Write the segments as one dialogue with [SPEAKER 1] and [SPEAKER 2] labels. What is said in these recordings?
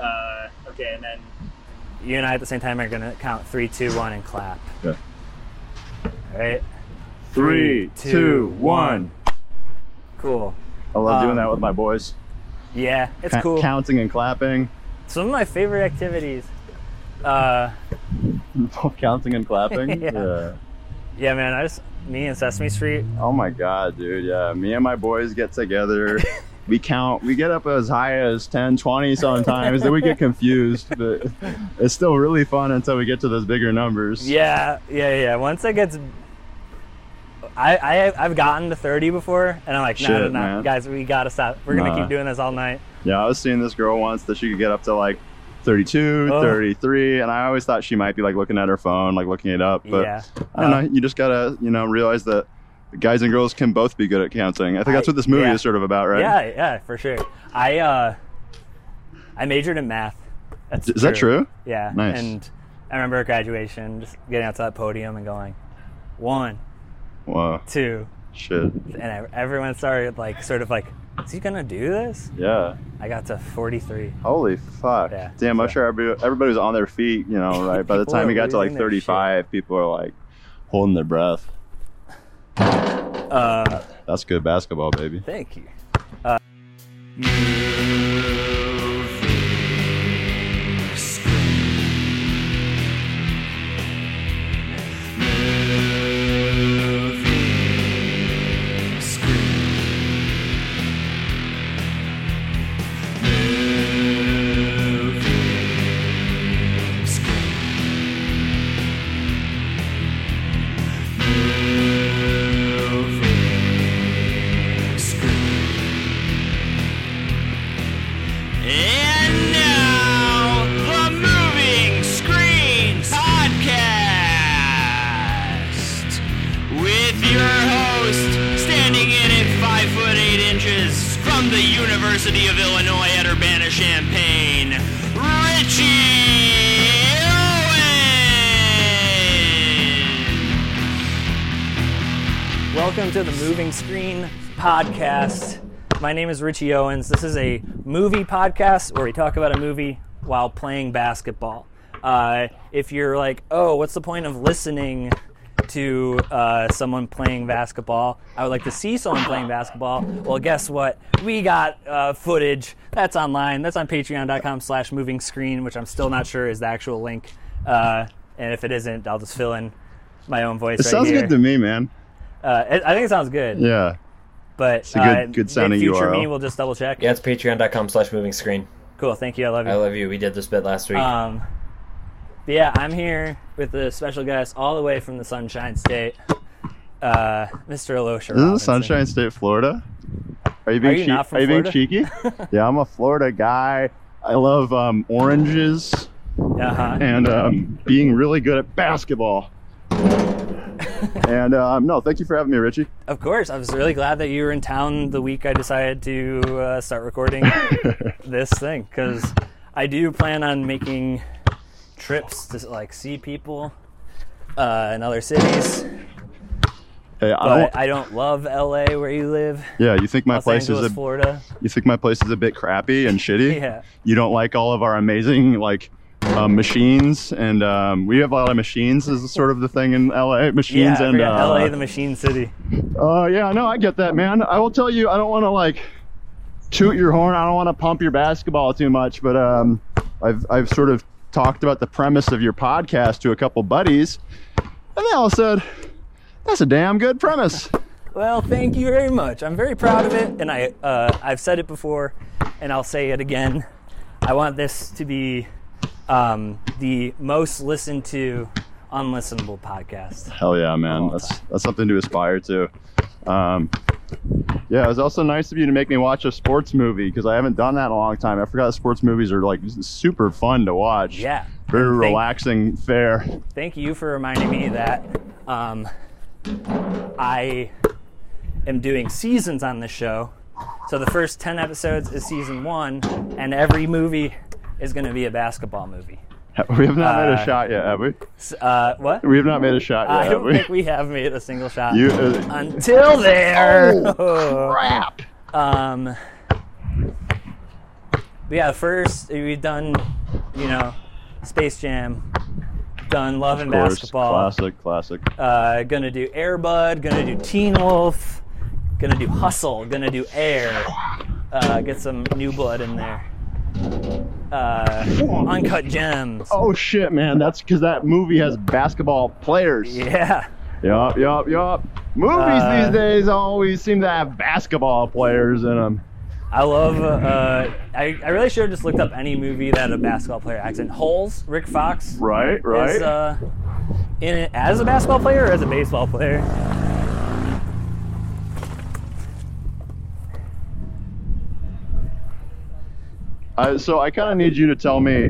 [SPEAKER 1] Uh, okay, and then you and I at the same time are gonna count three, two, one, and clap.
[SPEAKER 2] Okay.
[SPEAKER 1] All right.
[SPEAKER 2] Three, two, one.
[SPEAKER 1] Cool.
[SPEAKER 2] I love
[SPEAKER 1] Um,
[SPEAKER 2] doing that with my boys.
[SPEAKER 1] Yeah, it's
[SPEAKER 2] Ca-
[SPEAKER 1] cool.
[SPEAKER 2] Counting and clapping.
[SPEAKER 1] Some of my favorite activities. Uh,
[SPEAKER 2] counting and clapping.
[SPEAKER 1] Yeah. yeah, man. I just me and Sesame Street.
[SPEAKER 2] Oh my god, dude. Yeah, me and my boys get together. we count. We get up as high as 10, 20 sometimes. then we get confused, but it's still really fun until we get to those bigger numbers.
[SPEAKER 1] Yeah, yeah, yeah. Once it gets, I, I I've gotten to thirty before, and I'm like, no, no,
[SPEAKER 2] Shit,
[SPEAKER 1] no,
[SPEAKER 2] man.
[SPEAKER 1] guys, we gotta stop. We're gonna
[SPEAKER 2] Nah.
[SPEAKER 1] keep doing this all night.
[SPEAKER 2] Yeah, I was seeing this girl once that she could get up to like 32,
[SPEAKER 1] Ugh.
[SPEAKER 2] 33, and I always thought she might be like looking at her phone, like looking it up, but
[SPEAKER 1] yeah, Uh.
[SPEAKER 2] I don't know, you just got to, you know, realize that guys and girls can both be good at counting. I think that's
[SPEAKER 1] I-
[SPEAKER 2] what this movie
[SPEAKER 1] yeah.
[SPEAKER 2] is sort of about, right?
[SPEAKER 1] yeah, yeah, for sure. I uh, I majored in math. That's
[SPEAKER 2] Is that true?
[SPEAKER 1] Yeah.
[SPEAKER 2] Nice.
[SPEAKER 1] And I remember at graduation, just getting out to that podium and going, one,
[SPEAKER 2] Wow.
[SPEAKER 1] two,
[SPEAKER 2] Shit.
[SPEAKER 1] and I, everyone started like, sort of like, is he gonna do this?
[SPEAKER 2] Yeah.
[SPEAKER 1] I got to 43.
[SPEAKER 2] Holy fuck!
[SPEAKER 1] Yeah.
[SPEAKER 2] Damn, I'm
[SPEAKER 1] So-
[SPEAKER 2] sure everybody, everybody was on their feet. You know, right? By the
[SPEAKER 1] People
[SPEAKER 2] time
[SPEAKER 1] are
[SPEAKER 2] we got to like
[SPEAKER 1] losing their
[SPEAKER 2] 35, people are like holding their breath.
[SPEAKER 1] Uh,
[SPEAKER 2] That's good basketball, baby.
[SPEAKER 1] thank you.
[SPEAKER 3] And now, the Moving Screen Podcast with your host, standing in at five foot eight inches from the University of Illinois at Urbana Champaign, Richie Owen.
[SPEAKER 1] Welcome to the Moving Screen Podcast. My name is Richie Owens. This is a movie podcast where we talk about a movie while playing basketball. Uh, if you're like, oh, what's the point of listening to uh, someone playing basketball? I would like to see someone playing basketball. Well, guess what? We got uh, footage that's online. That's on patreon.com slash moving screen, which I'm still not sure is the actual link. Uh, and if it isn't, I'll just fill in my own voice
[SPEAKER 2] It
[SPEAKER 1] right
[SPEAKER 2] sounds
[SPEAKER 1] here.
[SPEAKER 2] good to me, man.
[SPEAKER 1] Uh, it, I think it sounds good,
[SPEAKER 2] Yeah.
[SPEAKER 1] but
[SPEAKER 2] a good-
[SPEAKER 1] uh,
[SPEAKER 2] good sounding
[SPEAKER 1] in future
[SPEAKER 2] URL.
[SPEAKER 1] me, we'll just double check.
[SPEAKER 4] Yeah, it's patreon.com slash moving screen.
[SPEAKER 1] Cool. Thank you. I love you.
[SPEAKER 4] I love you. We did this bit last week.
[SPEAKER 1] um, but yeah, I'm here with a special guest all the way from the Sunshine State, uh, Mr. Alosha.
[SPEAKER 2] Isn't
[SPEAKER 1] Robinson.
[SPEAKER 2] this Sunshine State, Florida? Are you being
[SPEAKER 1] Are you
[SPEAKER 2] chee-
[SPEAKER 1] not from
[SPEAKER 2] are you being
[SPEAKER 1] Florida?
[SPEAKER 2] cheeky? yeah, I'm a Florida guy. I love um, oranges
[SPEAKER 1] Uh-huh.
[SPEAKER 2] and um, being really good at basketball. and um, no, thank you for having me, Richie.
[SPEAKER 1] Of course. I was really glad that you were in town the week I decided to uh, start recording this thing because I do plan on making trips to like see people uh, in other cities.
[SPEAKER 2] Hey, I
[SPEAKER 1] But
[SPEAKER 2] don't,
[SPEAKER 1] I don't love LA where you live.
[SPEAKER 2] yeah, you think my
[SPEAKER 1] Los
[SPEAKER 2] place
[SPEAKER 1] Angeles,
[SPEAKER 2] is a
[SPEAKER 1] Florida.
[SPEAKER 2] you think my place is a bit crappy and shitty?
[SPEAKER 1] Yeah.
[SPEAKER 2] You don't like all of our amazing like um, machines, and um, we have a lot of machines. Is sort of the thing in LA. Machines
[SPEAKER 1] yeah, I
[SPEAKER 2] and
[SPEAKER 1] forgot,
[SPEAKER 2] uh,
[SPEAKER 1] LA, the machine city.
[SPEAKER 2] Oh yeah, no, I get that, man. I will tell you, I don't want to like toot your horn. I don't want to pump your basketball too much, but um, I've I've sort of talked about the premise of your podcast to a couple buddies, and they all said, "That's a damn good premise."
[SPEAKER 1] Well, thank you very much. I'm very proud of it, and I uh, I've said it before, and I'll say it again. I want this to be um, the most listened to unlistenable podcast.
[SPEAKER 2] Hell yeah, man.
[SPEAKER 1] All
[SPEAKER 2] That's that's something to aspire to. Um, yeah, it was also nice of you to make me watch a sports movie because I haven't done that in a long time. I forgot sports movies are like super fun to watch.
[SPEAKER 1] Yeah.
[SPEAKER 2] Very
[SPEAKER 1] Thank-
[SPEAKER 2] relaxing fare.
[SPEAKER 1] Thank you for reminding me that um, I am doing seasons on this show. So the first 10 episodes is season one, and every movie is going to be a basketball movie.
[SPEAKER 2] We have not made
[SPEAKER 1] Uh,
[SPEAKER 2] a shot yet, have we?
[SPEAKER 1] S- Uh, what?
[SPEAKER 2] We have not made a shot yet,
[SPEAKER 1] I
[SPEAKER 2] have
[SPEAKER 1] don't
[SPEAKER 2] we?
[SPEAKER 1] think we have made a single shot
[SPEAKER 2] You, Oh, uh,
[SPEAKER 1] until there.
[SPEAKER 2] crap.
[SPEAKER 1] um, But yeah, first we've done, you know, Space Jam, done Love and
[SPEAKER 2] Of course,
[SPEAKER 1] Basketball.
[SPEAKER 2] Classic, classic.
[SPEAKER 1] Uh, gonna do Airbud. Gonna do Teen Wolf. Gonna do Hustle. Gonna do Air. Uh, get some new blood in there. Uh, uncut gems.
[SPEAKER 2] Oh shit, man! That's because that movie has basketball players.
[SPEAKER 1] Yeah.
[SPEAKER 2] Yup, yup, yup. Movies
[SPEAKER 1] Uh,
[SPEAKER 2] these days always seem to have basketball players in them.
[SPEAKER 1] I love. Uh, I, I really should have just looked up any movie that had a basketball player accent. Holes, Rick Fox.
[SPEAKER 2] Right, right.
[SPEAKER 1] Is, uh, in it as a basketball player or as a baseball player?
[SPEAKER 2] I, so I kind of need you to tell me.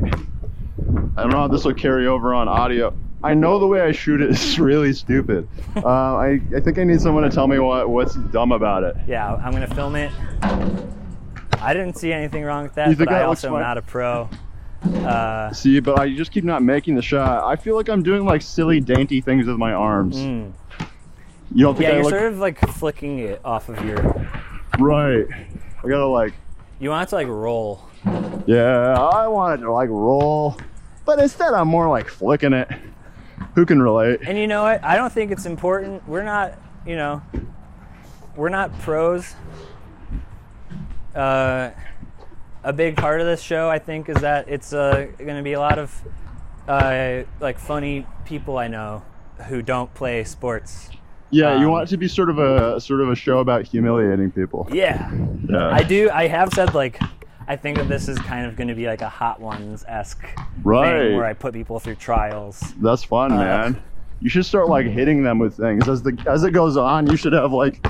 [SPEAKER 2] I don't know how this will carry over on audio. I know the way I shoot it is really stupid. Uh, I, I think I need someone to tell me what, what's dumb about it.
[SPEAKER 1] Yeah, I'm gonna film it. I didn't see anything wrong with that,
[SPEAKER 2] You think
[SPEAKER 1] but I
[SPEAKER 2] that looks
[SPEAKER 1] also am
[SPEAKER 2] fine?
[SPEAKER 1] not a pro. Uh,
[SPEAKER 2] See, but I just keep not making the shot. I feel like I'm doing like silly, dainty things with my arms.
[SPEAKER 1] mm.
[SPEAKER 2] You don't think
[SPEAKER 1] Yeah,
[SPEAKER 2] I
[SPEAKER 1] you're
[SPEAKER 2] look
[SPEAKER 1] sort of like flicking it off of your.
[SPEAKER 2] right? I gotta like,
[SPEAKER 1] You want it to like roll.
[SPEAKER 2] yeah, I want it to like roll, but instead I'm more like flicking it. Who can relate?
[SPEAKER 1] And you know what? I don't think it's important. We're not, you know, we're not pros. Uh, a big part of this show, I think, is that it's uh, going to be a lot of uh, like funny people I know who don't play sports.
[SPEAKER 2] Yeah, you
[SPEAKER 1] Um,
[SPEAKER 2] want it to be sort of a sort of a show about humiliating people.
[SPEAKER 1] Yeah,
[SPEAKER 2] Yeah.
[SPEAKER 1] I do. I have said like, I think that this is kind of going to be like a Hot Ones esque
[SPEAKER 2] Right.
[SPEAKER 1] thing where I put people through trials.
[SPEAKER 2] That's
[SPEAKER 1] Uh,
[SPEAKER 2] fun, man. You should start like hitting them with things as the as it goes on. You should have like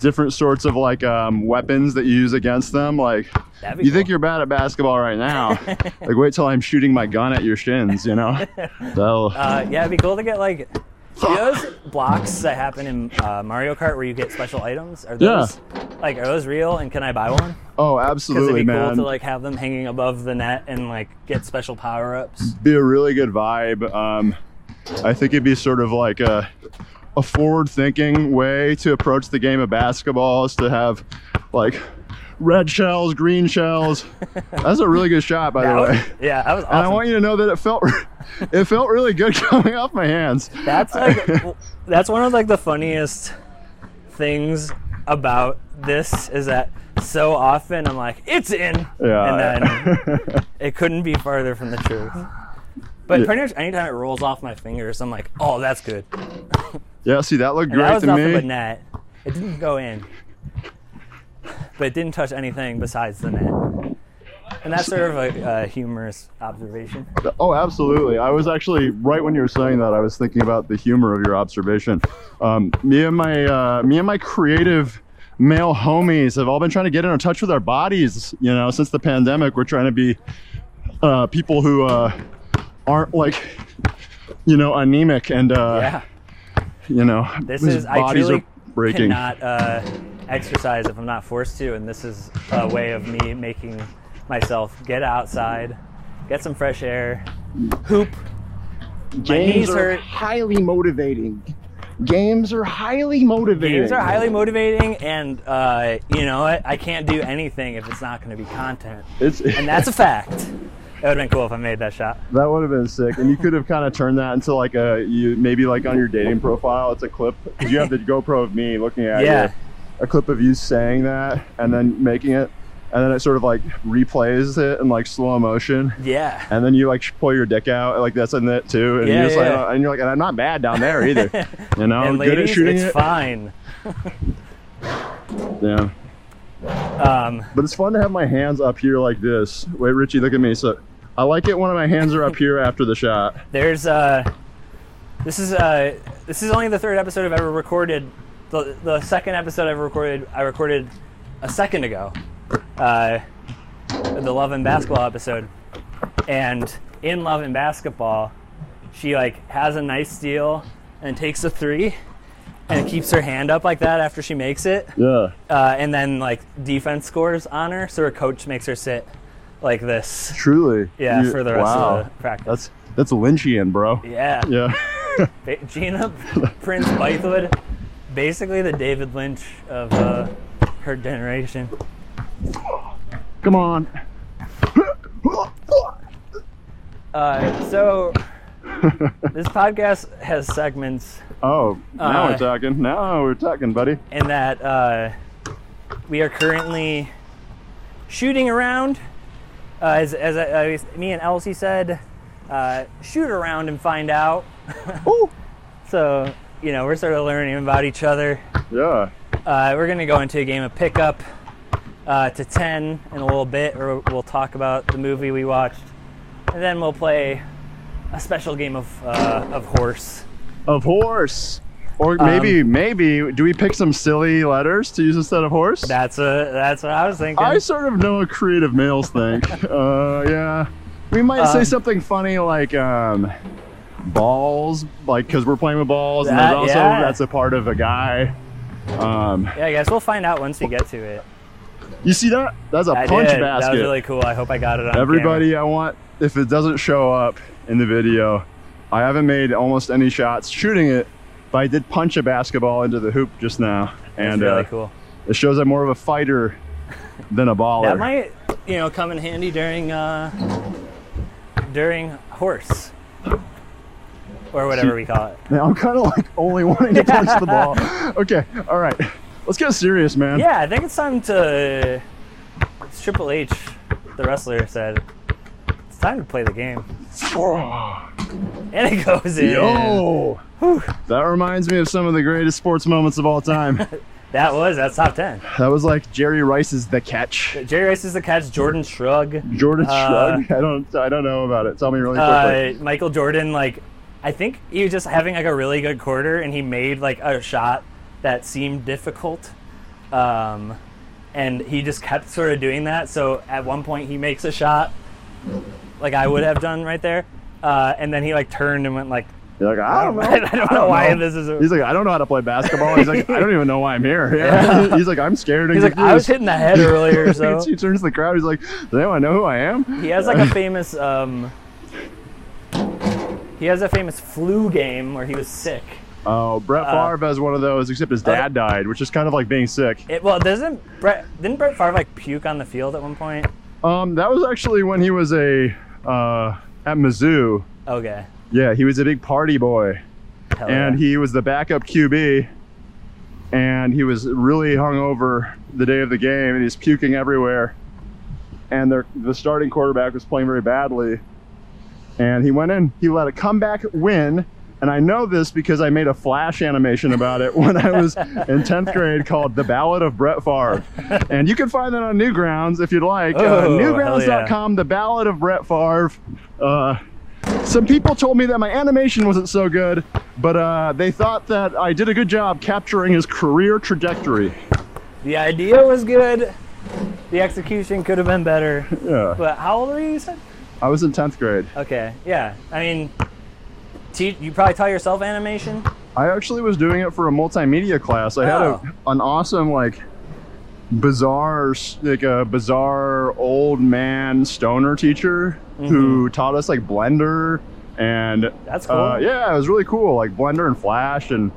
[SPEAKER 2] different sorts of like um, weapons that you use against them. Like
[SPEAKER 1] That'd be
[SPEAKER 2] you think
[SPEAKER 1] cool.
[SPEAKER 2] you're bad at basketball right now. like wait till I'm shooting my gun at your shins. You know. That'll,
[SPEAKER 1] Uh, yeah, it'd be cool to get like you know those blocks that happen in uh, Mario Kart where you get special items. Are
[SPEAKER 2] Yeah.
[SPEAKER 1] those like are those real? And can I buy one?
[SPEAKER 2] oh,
[SPEAKER 1] Because it'd
[SPEAKER 2] absolutely,
[SPEAKER 1] be
[SPEAKER 2] man.
[SPEAKER 1] cool to like have them hanging above the net and like get special power ups.
[SPEAKER 2] be a really good vibe. Um, I think it'd be sort of like a, a forward thinking way to approach the game of basketball is to have like red shells, green shells. That's a really good shot, by the way.
[SPEAKER 1] yeah, that was
[SPEAKER 2] And I
[SPEAKER 1] awesome.
[SPEAKER 2] want you to know that it felt it felt really good coming off my hands.
[SPEAKER 1] that's like w- that's one of like the funniest things about this is that so often I'm like it's in,
[SPEAKER 2] Yeah.
[SPEAKER 1] and then it couldn't be farther from the truth. But
[SPEAKER 2] Yeah.
[SPEAKER 1] pretty much anytime it rolls off my fingers, I'm like, oh, that's good.
[SPEAKER 2] yeah, see that looked
[SPEAKER 1] And
[SPEAKER 2] great
[SPEAKER 1] that was
[SPEAKER 2] to
[SPEAKER 1] nothing
[SPEAKER 2] me.
[SPEAKER 1] but net. It didn't go in, but it didn't touch anything besides the net. And that's sort of a, a humorous observation.
[SPEAKER 2] Oh, absolutely. I was actually right when you were saying that. I was thinking about the humor of your observation. Um, me and my uh, me and my creative male homies have all been trying to get in touch with our bodies. You know, since the pandemic, we're trying to be uh, people who uh, aren't like you know anemic and uh,
[SPEAKER 1] Yeah,
[SPEAKER 2] you know
[SPEAKER 1] this
[SPEAKER 2] whose
[SPEAKER 1] is I
[SPEAKER 2] bodies
[SPEAKER 1] truly
[SPEAKER 2] are breaking.
[SPEAKER 1] cannot uh, exercise if I'm not forced to, and this is a way of me making myself get outside, get some fresh air, hoop.
[SPEAKER 5] Games
[SPEAKER 1] knees
[SPEAKER 5] are
[SPEAKER 1] hurt.
[SPEAKER 5] highly motivating. Games are highly motivating.
[SPEAKER 1] Games are highly motivating, and uh, you know what? I can't do anything if it's not going to be content.
[SPEAKER 2] It's,
[SPEAKER 1] And that's a fact. That would have been cool if I made that shot.
[SPEAKER 2] That would have been sick, and you could have kind of turned that into like a you maybe like on your dating profile. It's a clip. 'cause You have the GoPro of me looking at
[SPEAKER 1] Yeah.
[SPEAKER 2] you, a clip of you saying that, and then making it, and then it sort of like replays it in like slow motion,
[SPEAKER 1] Yeah.
[SPEAKER 2] and then you like pull your dick out, like that's in it too, and
[SPEAKER 1] Yeah,
[SPEAKER 2] you're just like,
[SPEAKER 1] yeah.
[SPEAKER 2] oh, and you're like, and I'm not bad down there either, you know,
[SPEAKER 1] and
[SPEAKER 2] good
[SPEAKER 1] ladies,
[SPEAKER 2] at shooting
[SPEAKER 1] it's
[SPEAKER 2] it,
[SPEAKER 1] fine.
[SPEAKER 2] yeah.
[SPEAKER 1] Um,
[SPEAKER 2] But it's fun to have my hands up here like this. Wait, Richie, look at me. So I like it when my hands are up here after the shot.
[SPEAKER 1] there's uh, this is uh, this is only the third episode I've ever recorded. The the second episode I've recorded, I recorded a second ago, uh, the Love and Basketball episode, and in Love and Basketball, she like has a nice steal and takes a three, and keeps her hand up like that after she makes it.
[SPEAKER 2] Yeah.
[SPEAKER 1] uh, and then like defense scores on her, so her coach makes her sit like this.
[SPEAKER 2] Truly.
[SPEAKER 1] Yeah,
[SPEAKER 2] You-
[SPEAKER 1] for the rest
[SPEAKER 2] wow.
[SPEAKER 1] of the practice.
[SPEAKER 2] That's that's Lynchian, bro.
[SPEAKER 1] yeah.
[SPEAKER 2] Yeah.
[SPEAKER 1] Ba- Gina Prince Bythewood, basically the David Lynch of uh, her generation.
[SPEAKER 2] Come on.
[SPEAKER 1] Uh, so this podcast has segments
[SPEAKER 2] Oh, now
[SPEAKER 1] Uh,
[SPEAKER 2] we're talking. Now we're talking, buddy.
[SPEAKER 1] in that uh, we are currently shooting around. Uh, as as I, as me and Elsie said, uh, shoot around and find out.
[SPEAKER 2] Ooh.
[SPEAKER 1] So you know we're sort of learning about each other.
[SPEAKER 2] Yeah.
[SPEAKER 1] Uh, we're going to go into a game of pickup uh, to 10 in a little bit, or we'll talk about the movie we watched. And then we'll play a special game of, uh, of horse.
[SPEAKER 2] Of horse. Or maybe,
[SPEAKER 1] Um,
[SPEAKER 2] maybe, do we pick some silly letters to use instead of horse?
[SPEAKER 1] That's, a, that's what I was thinking.
[SPEAKER 2] I sort of know what creative males think. uh, yeah. We might say
[SPEAKER 1] Um,
[SPEAKER 2] something funny like um, balls, like because we're playing with balls, and
[SPEAKER 1] That-
[SPEAKER 2] there's also
[SPEAKER 1] yeah.
[SPEAKER 2] that's a part of a guy. Um,
[SPEAKER 1] yeah, I guess we'll find out once we get to it.
[SPEAKER 2] you see that? That's a
[SPEAKER 1] I
[SPEAKER 2] punch
[SPEAKER 1] did.
[SPEAKER 2] basket.
[SPEAKER 1] That was really cool. I hope I got it on
[SPEAKER 2] Everybody, I want if it doesn't show up in the video, I haven't made almost any shots shooting it, but I did punch a basketball into the hoop just now,
[SPEAKER 1] Camera.
[SPEAKER 2] and
[SPEAKER 1] That's really
[SPEAKER 2] uh,
[SPEAKER 1] cool.
[SPEAKER 2] it shows I'm more of a fighter than a baller.
[SPEAKER 1] That might, you know, come in handy during uh, during horse or whatever we call it.
[SPEAKER 2] Now I'm kind of like only wanting to punch the ball. Okay, all right. Let's get serious, man.
[SPEAKER 1] Yeah, I think it's time to. It's Triple H, the wrestler, said it's time to play the game,
[SPEAKER 2] Oh,
[SPEAKER 1] and it goes in.
[SPEAKER 2] yo. That reminds me of some of the greatest sports moments of all time.
[SPEAKER 1] That was that's top ten.
[SPEAKER 2] that was like Jerry Rice's The Catch.
[SPEAKER 1] Jerry Rice is the catch. Jordan shrug.
[SPEAKER 2] Jordan
[SPEAKER 1] Uh,
[SPEAKER 2] Shrug. I don't I don't know about it. Tell me really quickly.
[SPEAKER 1] Uh, Michael Jordan, like, I think he was just having like a really good quarter, and he made like a shot that seemed difficult, um, and he just kept sort of doing that. So at one point, he makes a shot like I would have done right there, uh, and then he like turned and went like,
[SPEAKER 2] You're like, I don't know.
[SPEAKER 1] I don't know why this is. A,
[SPEAKER 2] He's like, I don't know how to play basketball. He's like, I don't even know why I'm here. Yeah. he's like, I'm scared. and
[SPEAKER 1] He's like, I was
[SPEAKER 2] confused."
[SPEAKER 1] hitting the head earlier, so
[SPEAKER 2] he turns to the crowd. He's like, Does anyone know who I am?
[SPEAKER 1] he has like a famous. Um, he has a famous flu game where he was sick.
[SPEAKER 2] Oh, Brett
[SPEAKER 1] Uh,
[SPEAKER 2] Favre has one of those, except his dad died, which is kind of like being sick.
[SPEAKER 1] It, well, doesn't Brett didn't Brett Favre like puke on the field at one point?
[SPEAKER 2] Um, that was actually when he was a uh, at Mizzou.
[SPEAKER 1] Okay.
[SPEAKER 2] Yeah, he was a big party boy,
[SPEAKER 1] Hell
[SPEAKER 2] and
[SPEAKER 1] Oh, yeah.
[SPEAKER 2] he was the backup QB. And he was really hungover the day of the game, and he's puking everywhere. And their, the starting quarterback was playing very badly, and he went in. He let a comeback win, and I know this because I made a flash animation about it when I was in tenth grade called "The Ballad of Brett Favre," and you can find that on Newgrounds if you'd like. uh,
[SPEAKER 1] Oh, hell yeah.
[SPEAKER 2] newgrounds.com, "The Ballad of Brett Favre." Uh, some people told me that my animation wasn't so good, but uh, they thought that I did a good job capturing his career trajectory.
[SPEAKER 1] the idea was good. The execution could have been better.
[SPEAKER 2] Yeah,
[SPEAKER 1] But how old were you? you said?
[SPEAKER 2] I was in tenth grade.
[SPEAKER 1] Okay. Yeah. I mean, te- you probably taught yourself animation.
[SPEAKER 2] I actually was doing it for a multimedia class. I had
[SPEAKER 1] Oh.
[SPEAKER 2] a, an awesome like bizarre s- like a bizarre old man stoner teacher who taught us like Blender and
[SPEAKER 1] Mm-hmm. That's cool.
[SPEAKER 2] uh, yeah, it was really cool like Blender and Flash and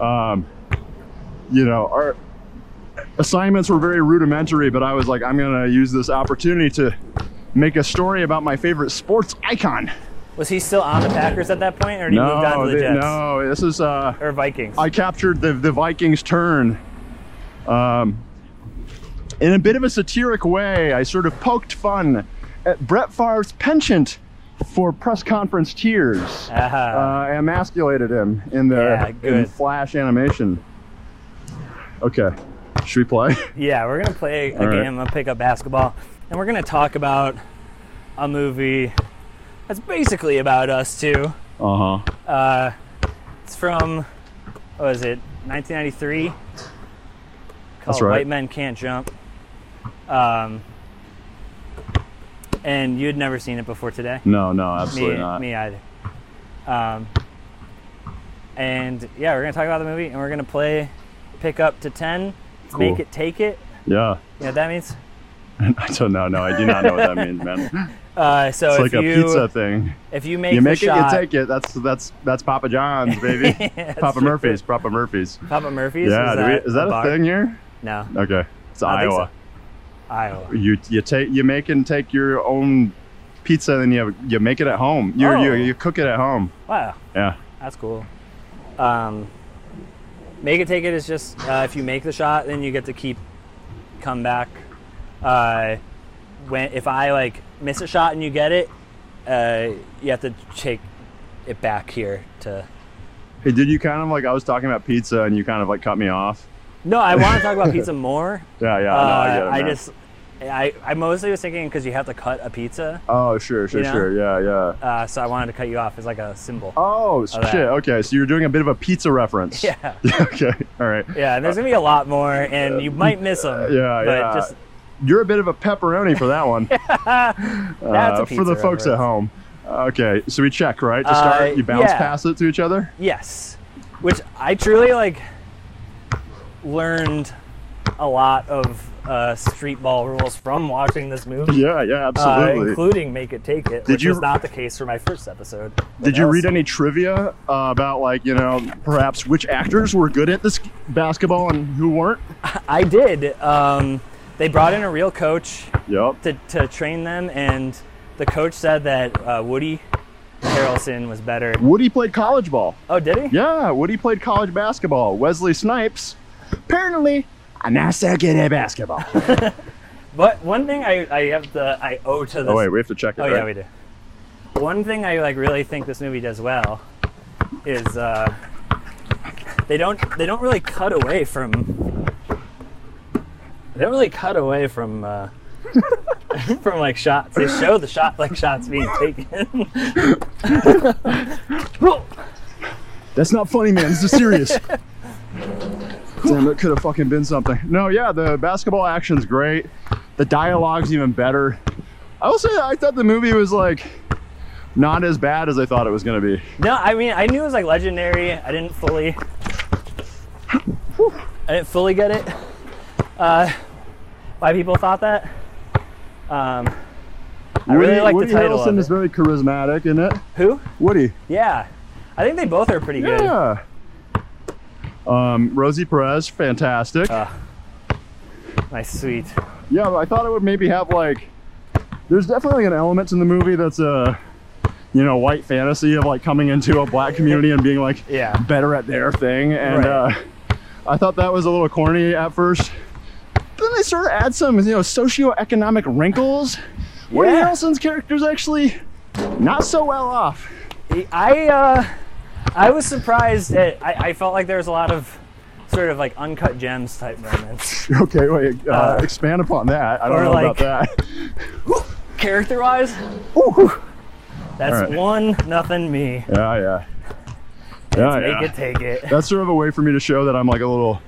[SPEAKER 2] um, you know our assignments were very rudimentary, but I was like I'm gonna use this opportunity to make a story about my favorite sports icon.
[SPEAKER 1] Was he still on the Packers at that point, or did he moved on
[SPEAKER 2] No,
[SPEAKER 1] to the
[SPEAKER 2] they-
[SPEAKER 1] Jets
[SPEAKER 2] no, this is uh,
[SPEAKER 1] or Vikings?
[SPEAKER 2] I captured the, the Vikings turn. Um, in a bit of a satiric way, I sort of poked fun at Brett Favre's penchant for press conference tears. Uh,
[SPEAKER 1] Ah,
[SPEAKER 2] I emasculated him in the
[SPEAKER 1] Yeah,
[SPEAKER 2] in
[SPEAKER 1] good.
[SPEAKER 2] flash animation. Okay, should we play?
[SPEAKER 1] yeah, we're gonna play a
[SPEAKER 2] all right.
[SPEAKER 1] game of pickup basketball, and we're gonna talk about a movie that's basically about us too.
[SPEAKER 2] Uh huh.
[SPEAKER 1] Uh, it's from what was it 1993 called
[SPEAKER 2] right.
[SPEAKER 1] white men can't jump um, and you'd never seen it before today
[SPEAKER 2] No, no,
[SPEAKER 1] me,
[SPEAKER 2] absolutely not.
[SPEAKER 1] me either um, and yeah we're gonna talk about the movie and we're gonna play pick up to 10
[SPEAKER 2] Cool.
[SPEAKER 1] make it take it
[SPEAKER 2] Yeah,
[SPEAKER 1] you know what that means
[SPEAKER 2] I don't know. No, I do not know what that means, man. It's
[SPEAKER 1] uh, so if
[SPEAKER 2] like a
[SPEAKER 1] you
[SPEAKER 2] pizza thing.
[SPEAKER 1] if you make
[SPEAKER 2] You
[SPEAKER 1] the
[SPEAKER 2] make it,
[SPEAKER 1] shot,
[SPEAKER 2] you take it. That's that's that's Papa John's, baby.
[SPEAKER 1] That's
[SPEAKER 2] Papa
[SPEAKER 1] true.
[SPEAKER 2] Murphy's. Papa Murphy's.
[SPEAKER 1] Papa Murphy's
[SPEAKER 2] Yeah,
[SPEAKER 1] is
[SPEAKER 2] do we-
[SPEAKER 1] that,
[SPEAKER 2] is that a,
[SPEAKER 1] bar?
[SPEAKER 2] thing here?
[SPEAKER 1] no
[SPEAKER 2] Okay, it's
[SPEAKER 1] I think
[SPEAKER 2] Iowa.
[SPEAKER 1] Iowa
[SPEAKER 2] You you take you make and take your own pizza and then you you make it at home. You
[SPEAKER 1] Oh.
[SPEAKER 2] you you cook it at home.
[SPEAKER 1] Wow,
[SPEAKER 2] Yeah.
[SPEAKER 1] that's cool. Um, make it take it is just uh, if you make the shot, then you get to keep come back. Uh, when if I like miss a shot and you get it, uh, you have to take it back here to.
[SPEAKER 2] Hey, did you kind of like I was talking about pizza and you kind of like cut me off?
[SPEAKER 1] No, I want to talk about pizza more.
[SPEAKER 2] Yeah, yeah. no, I
[SPEAKER 1] Uh,
[SPEAKER 2] get it.
[SPEAKER 1] I
[SPEAKER 2] man.
[SPEAKER 1] just, I, I mostly was thinking because you have to cut a pizza,
[SPEAKER 2] Oh, sure, sure,
[SPEAKER 1] you know?
[SPEAKER 2] sure. Yeah, yeah.
[SPEAKER 1] uh, so I wanted to cut you off as like a symbol.
[SPEAKER 2] Oh,
[SPEAKER 1] that.
[SPEAKER 2] shit. Okay, so you're doing a bit of a pizza reference.
[SPEAKER 1] Yeah,
[SPEAKER 2] okay. All right.
[SPEAKER 1] yeah. And there's gonna be a lot more, and you might miss them.
[SPEAKER 2] yeah,
[SPEAKER 1] but
[SPEAKER 2] yeah.
[SPEAKER 1] Just,
[SPEAKER 2] You're a bit of a pepperoni for that one.
[SPEAKER 1] that's a
[SPEAKER 2] uh, for
[SPEAKER 1] pizza
[SPEAKER 2] the folks at
[SPEAKER 1] reference.
[SPEAKER 2] home. Uh, Okay, so we check, right? To start,
[SPEAKER 1] Uh,
[SPEAKER 2] you bounce
[SPEAKER 1] yeah.
[SPEAKER 2] pass it to each other.
[SPEAKER 1] Yes, which I truly like learned a lot of uh, street ball rules from watching this movie.
[SPEAKER 2] Yeah, yeah,
[SPEAKER 1] Uh,
[SPEAKER 2] absolutely.
[SPEAKER 1] including make it take it,
[SPEAKER 2] Did
[SPEAKER 1] which
[SPEAKER 2] you-
[SPEAKER 1] was not the case for my first episode. Uh,
[SPEAKER 2] Did you read any trivia uh, about, like, you know, perhaps which actors were good at this basketball and who weren't?
[SPEAKER 1] I did. Um, they brought in a real coach
[SPEAKER 2] Yep.
[SPEAKER 1] to, to train them, and the coach said that uh, Woody Harrelson was better.
[SPEAKER 2] Woody played college ball.
[SPEAKER 1] Oh, did he?
[SPEAKER 2] Mm-hmm. Yeah, Woody played college basketball. Wesley Snipes, apparently, I'm not so good at basketball.
[SPEAKER 1] But one thing I, I have the I owe to this.
[SPEAKER 2] oh, wait, we have to check it.
[SPEAKER 1] Oh,
[SPEAKER 2] right?
[SPEAKER 1] yeah, we do. One thing I like really think this movie does well is uh, they don't they don't really cut away from they don't really cut away from uh, from like shots. They show the shot like shots being taken.
[SPEAKER 2] That's not funny, man. This is serious. Damn, it could have fucking been something. No, yeah, the basketball action's great. The dialogue's even better. I will say that I thought the movie was like not as bad as I thought it was gonna be.
[SPEAKER 1] No, I mean I knew it was like legendary. I didn't fully, I didn't fully get it. Uh, why people thought that? Um, I really like
[SPEAKER 2] Woody
[SPEAKER 1] the title
[SPEAKER 2] Harrelson
[SPEAKER 1] of
[SPEAKER 2] is
[SPEAKER 1] it.
[SPEAKER 2] very charismatic, isn't it?
[SPEAKER 1] Who?
[SPEAKER 2] Woody.
[SPEAKER 1] Yeah, I think they both are pretty good.
[SPEAKER 2] Yeah. Um, Rosie Perez, fantastic.
[SPEAKER 1] My sweet.
[SPEAKER 2] Yeah, I thought it would maybe have like. There's definitely an element in the movie that's a, you know, white fantasy of like coming into a black community and being like
[SPEAKER 1] Yeah.
[SPEAKER 2] better at their thing, and
[SPEAKER 1] Right.
[SPEAKER 2] uh, I thought that was a little corny at first. Then they sort of add some, you know, socioeconomic wrinkles. Woody
[SPEAKER 1] Yeah.
[SPEAKER 2] Harrelson's character's actually not so well off.
[SPEAKER 1] I uh, I was surprised at. I, I felt like there was a lot of sort of like uncut gems type moments.
[SPEAKER 2] Okay, wait, uh,
[SPEAKER 1] Uh,
[SPEAKER 2] expand upon that. I
[SPEAKER 1] or
[SPEAKER 2] don't know about
[SPEAKER 1] like-
[SPEAKER 2] that.
[SPEAKER 1] Character wise, that's
[SPEAKER 2] All right.
[SPEAKER 1] one nothing me.
[SPEAKER 2] Yeah, yeah.
[SPEAKER 1] Let's make
[SPEAKER 2] Yeah, Oh, yeah.
[SPEAKER 1] it take it.
[SPEAKER 2] that's sort of a way for me to show that I'm like a little,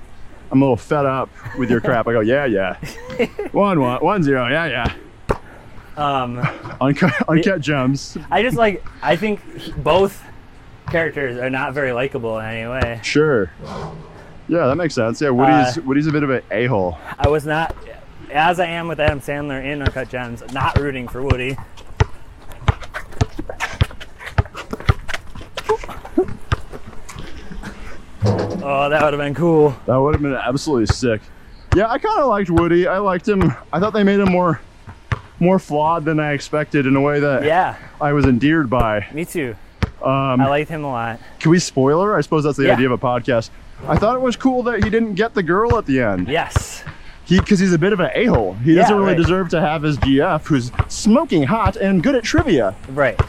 [SPEAKER 2] I'm a little fed up with your crap. I go, yeah, yeah, one, one, one, zero, yeah, yeah.
[SPEAKER 1] Um.
[SPEAKER 2] Uncut, uncut gems.
[SPEAKER 1] I just like I think he- both characters are not very likable in any way.
[SPEAKER 2] Sure. Yeah, that makes sense. Yeah,
[SPEAKER 1] Uh,
[SPEAKER 2] Woody's Woody's a bit of an a-hole.
[SPEAKER 1] I was not, as I am with Adam Sandler in Uncut Gems, not rooting for Woody. Oh, that would have been cool.
[SPEAKER 2] That would have been absolutely sick. Yeah, I kind of liked Woody. I liked him. I thought they made him more, more flawed than I expected in a way that
[SPEAKER 1] Yeah,
[SPEAKER 2] I was endeared by.
[SPEAKER 1] me too.
[SPEAKER 2] Um,
[SPEAKER 1] I liked him a lot.
[SPEAKER 2] Can we spoiler? I suppose that's the
[SPEAKER 1] Yeah.
[SPEAKER 2] idea of a podcast. I thought it was cool that he didn't get the girl at the end.
[SPEAKER 1] Yes.
[SPEAKER 2] He because he's a bit of an a-hole. He
[SPEAKER 1] Yeah,
[SPEAKER 2] doesn't really
[SPEAKER 1] right.
[SPEAKER 2] deserve to have his GF, who's smoking hot and good at trivia.
[SPEAKER 1] Right.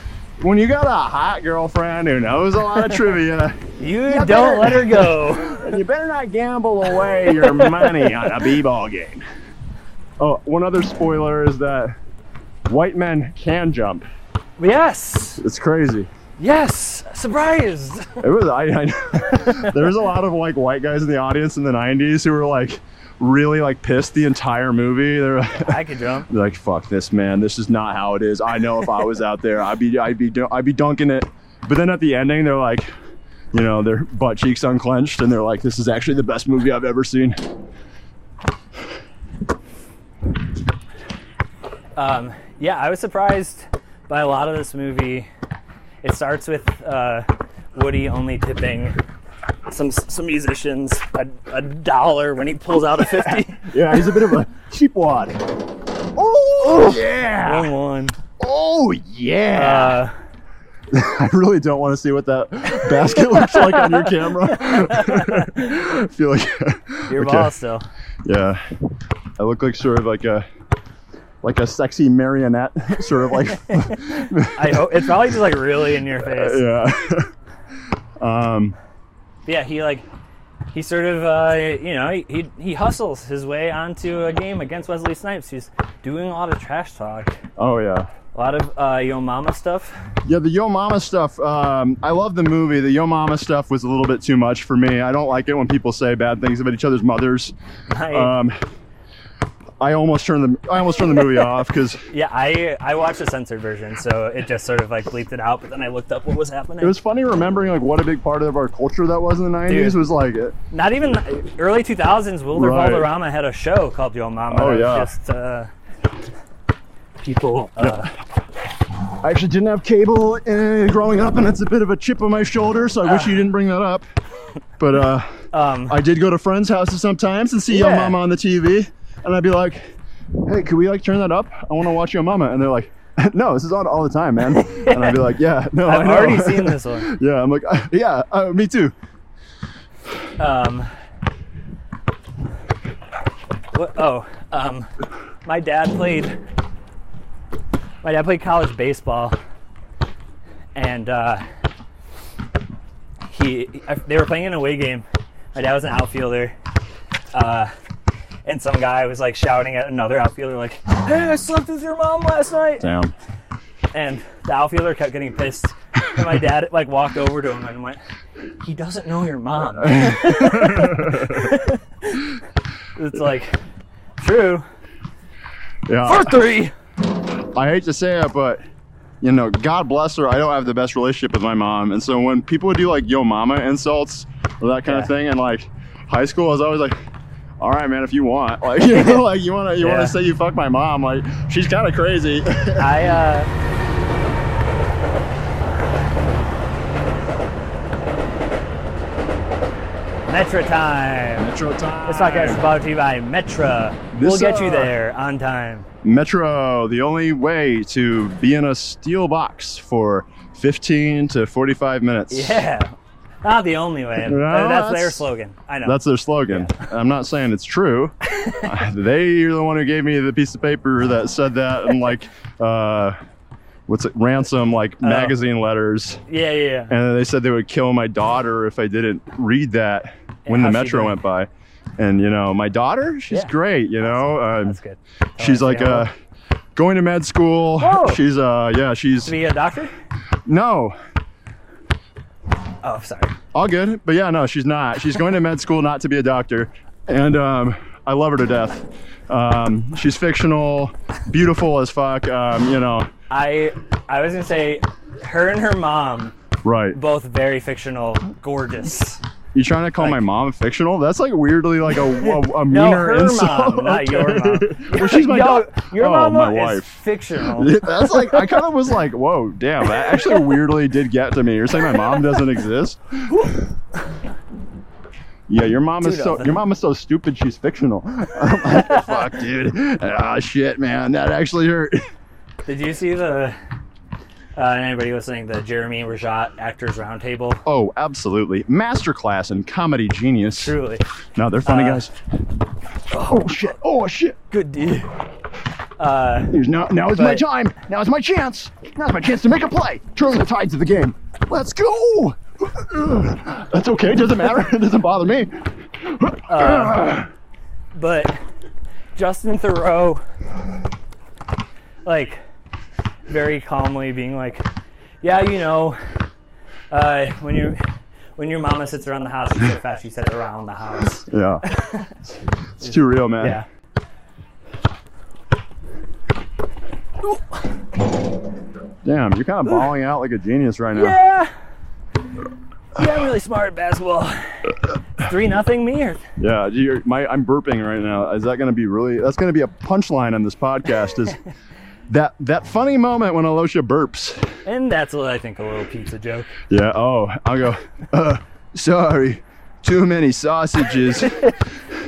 [SPEAKER 2] When you got a hot girlfriend who knows a lot of trivia,
[SPEAKER 1] You
[SPEAKER 2] but-
[SPEAKER 1] don't let her go.
[SPEAKER 2] you better not gamble away your money on a b-ball game. Oh, one other spoiler is that white men can jump.
[SPEAKER 1] yes.
[SPEAKER 2] It's crazy.
[SPEAKER 1] Yes. Surprised.
[SPEAKER 2] It was I, I there was a lot of like white guys in the audience in the '90s who were like really like pissed the entire movie. They're
[SPEAKER 1] I could jump.
[SPEAKER 2] like, "Fuck this, man! This is not how it is." I know if I was out there, I'd be I'd be dun- I'd be dunking it. But then at the ending, they're like, you know, their butt cheeks unclenched, and they're like, "This is actually the best movie I've ever seen."
[SPEAKER 1] Um, yeah, I was surprised by a lot of this movie. It starts with uh, Woody only tipping some some musicians a, a dollar when he pulls out a fifty.
[SPEAKER 2] Yeah, he's a bit of a cheapwad. Oh yeah!
[SPEAKER 1] One one.
[SPEAKER 2] Oh yeah!
[SPEAKER 1] Uh,
[SPEAKER 2] I really don't want to see what that basket looks like on your camera. I feel like
[SPEAKER 1] your
[SPEAKER 2] Okay.
[SPEAKER 1] ball still.
[SPEAKER 2] Yeah, I look like sort of like a like a sexy marionette, sort of like
[SPEAKER 1] I hope it's probably just like really in your face. Yeah,
[SPEAKER 2] yeah. um,
[SPEAKER 1] he like he sort of uh, you know he, he he hustles his way onto a game against Wesley Snipes. He's doing a lot of trash talk,
[SPEAKER 2] oh yeah.
[SPEAKER 1] a lot of uh, yo mama stuff.
[SPEAKER 2] Yeah, the Yo Mama stuff. Um, I love the movie. The Yo Mama stuff was a little bit too much for me. I don't like it when people say bad things about each other's mothers.
[SPEAKER 1] I,
[SPEAKER 2] Um, I almost turned the I almost turned the movie off because
[SPEAKER 1] yeah, I I watched the censored version, so it just sort of like bleeped it out. But then I looked up what was happening.
[SPEAKER 2] it was funny remembering like what a big part of our culture that was in the '90s.
[SPEAKER 1] Dude.
[SPEAKER 2] Was like it.
[SPEAKER 1] Not even early 2000s. Wilder
[SPEAKER 2] Right.
[SPEAKER 1] Valderrama had a show called Yo Mama.
[SPEAKER 2] Oh,
[SPEAKER 1] that was
[SPEAKER 2] yeah.
[SPEAKER 1] Just uh, people. Uh,
[SPEAKER 2] I actually didn't have cable uh, growing up, and it's a bit of a chip on my shoulder. So I wish you didn't bring that up. But uh,
[SPEAKER 1] um,
[SPEAKER 2] I did go to friends' houses sometimes and see
[SPEAKER 1] Yeah.
[SPEAKER 2] Yo Mama on the TV, and I'd be like, "Hey, could we like turn that up? I want to watch Yo Mama," and they're like. No, this is on all the time, man. And I'd be like, yeah, no, I
[SPEAKER 1] I've
[SPEAKER 2] know."
[SPEAKER 1] already seen this one.
[SPEAKER 2] yeah, I'm like, yeah, uh, me too.
[SPEAKER 1] Um, wh- oh, um, my dad played. My dad played college baseball, and uh, he I- they were playing an away game. My dad was an outfielder, uh, and some guy was like shouting at another outfielder, like, "Hey, I slept with your mom last night."
[SPEAKER 2] Damn.
[SPEAKER 1] and the outfielder kept getting pissed. And my dad like walked over to him and went, "He doesn't know your mom." it's like true
[SPEAKER 2] Yeah.
[SPEAKER 1] for three.
[SPEAKER 2] I hate to say it, but you know, God bless her. I don't have the best relationship with my mom, and so when people do like "Yo, Mama" insults or that kind
[SPEAKER 1] Yeah.
[SPEAKER 2] of thing, and like high school, I was always like, "All right, man, if you want, like, you know, like you want to, you want
[SPEAKER 1] Yeah.
[SPEAKER 2] to say you fuck my mom, like she's kind of crazy."
[SPEAKER 1] I uh. Metro time.
[SPEAKER 2] Metro time.
[SPEAKER 1] This podcast is brought to you by Metra. We'll
[SPEAKER 2] This,
[SPEAKER 1] get you
[SPEAKER 2] uh,
[SPEAKER 1] there on time.
[SPEAKER 2] Metro, the only way to be in a steel box for 15 to 45 minutes.
[SPEAKER 1] Yeah. Not the only way.
[SPEAKER 2] No,
[SPEAKER 1] that's, their
[SPEAKER 2] that's-
[SPEAKER 1] slogan. I know.
[SPEAKER 2] That's their slogan. I'm not saying it's true. Uh, They're the one who gave me the piece of paper that said that and like, uh, what's it, ransom, like
[SPEAKER 1] Oh.
[SPEAKER 2] magazine letters.
[SPEAKER 1] yeah, yeah, yeah.
[SPEAKER 2] And they said they would kill my daughter if I didn't read that when the
[SPEAKER 1] how's she
[SPEAKER 2] metro
[SPEAKER 1] doing?
[SPEAKER 2] went by. And you know, my daughter, she's
[SPEAKER 1] Yeah.
[SPEAKER 2] great. You know, um,
[SPEAKER 1] That's good.
[SPEAKER 2] she's like
[SPEAKER 1] Tell her
[SPEAKER 2] uh, going to med school.
[SPEAKER 1] Whoa.
[SPEAKER 2] She's uh, yeah, she's
[SPEAKER 1] to be a doctor.
[SPEAKER 2] no,
[SPEAKER 1] Oh, sorry.
[SPEAKER 2] all good. But yeah, no, she's not. She's going to med school not to be a doctor. And um, I love her to death. Um, she's fictional, beautiful as fuck. Um, you know,
[SPEAKER 1] I I was gonna say, her and her mom
[SPEAKER 2] right.
[SPEAKER 1] both very fictional, gorgeous.
[SPEAKER 2] You trying to call my
[SPEAKER 1] Like-
[SPEAKER 2] mom fictional? That's like weirdly like a, a, a meaner
[SPEAKER 1] No, her
[SPEAKER 2] insult.
[SPEAKER 1] mom, not your mom.
[SPEAKER 2] well, she's my
[SPEAKER 1] Yo,
[SPEAKER 2] dog-
[SPEAKER 1] Your
[SPEAKER 2] oh,
[SPEAKER 1] mama
[SPEAKER 2] my
[SPEAKER 1] is
[SPEAKER 2] wife.
[SPEAKER 1] fictional.
[SPEAKER 2] That's like I kind of was like, whoa, damn! That actually weirdly did get to me. You're saying my mom doesn't exist? Yeah, your mom is
[SPEAKER 1] Dude,
[SPEAKER 2] so
[SPEAKER 1] Alvin.
[SPEAKER 2] your mom is so stupid. She's fictional. I'm like, fuck, dude. Ah, shit, man. That actually hurt.
[SPEAKER 1] Did you see the? Uh, anybody listening? The Jeremy Rajat Actors Roundtable.
[SPEAKER 2] Oh, absolutely. Masterclass in comedy genius.
[SPEAKER 1] Truly,
[SPEAKER 2] No, they're funny
[SPEAKER 1] Uh,
[SPEAKER 2] guys. Oh shit! Oh shit!
[SPEAKER 1] good dude. Uh,
[SPEAKER 2] Here's now. Now is my
[SPEAKER 1] But-
[SPEAKER 2] time. Now is my chance. Now's my chance to make a play. Turn the tides of the game. Let's go. That's okay. It doesn't matter. It doesn't bother me.
[SPEAKER 1] but Justin Thoreau, like, very calmly being like, "Yeah, you know, uh, when you when your mama sits around the house, you said fast. You said around the house.
[SPEAKER 2] Yeah. It's too real, man.
[SPEAKER 1] Yeah,
[SPEAKER 2] Damn, you're kind of bawling out like a genius right now.
[SPEAKER 1] yeah, yeah. I'm really smart at basketball. Three nothing me or
[SPEAKER 2] Yeah, you're, my, I'm burping right now. Is that going to be really? That's going to be a punchline on this podcast. Is that that funny moment when Alosha burps?
[SPEAKER 1] and that's what I think a little pizza joke.
[SPEAKER 2] Yeah. Oh, I'll go. Uh, sorry, too many sausages.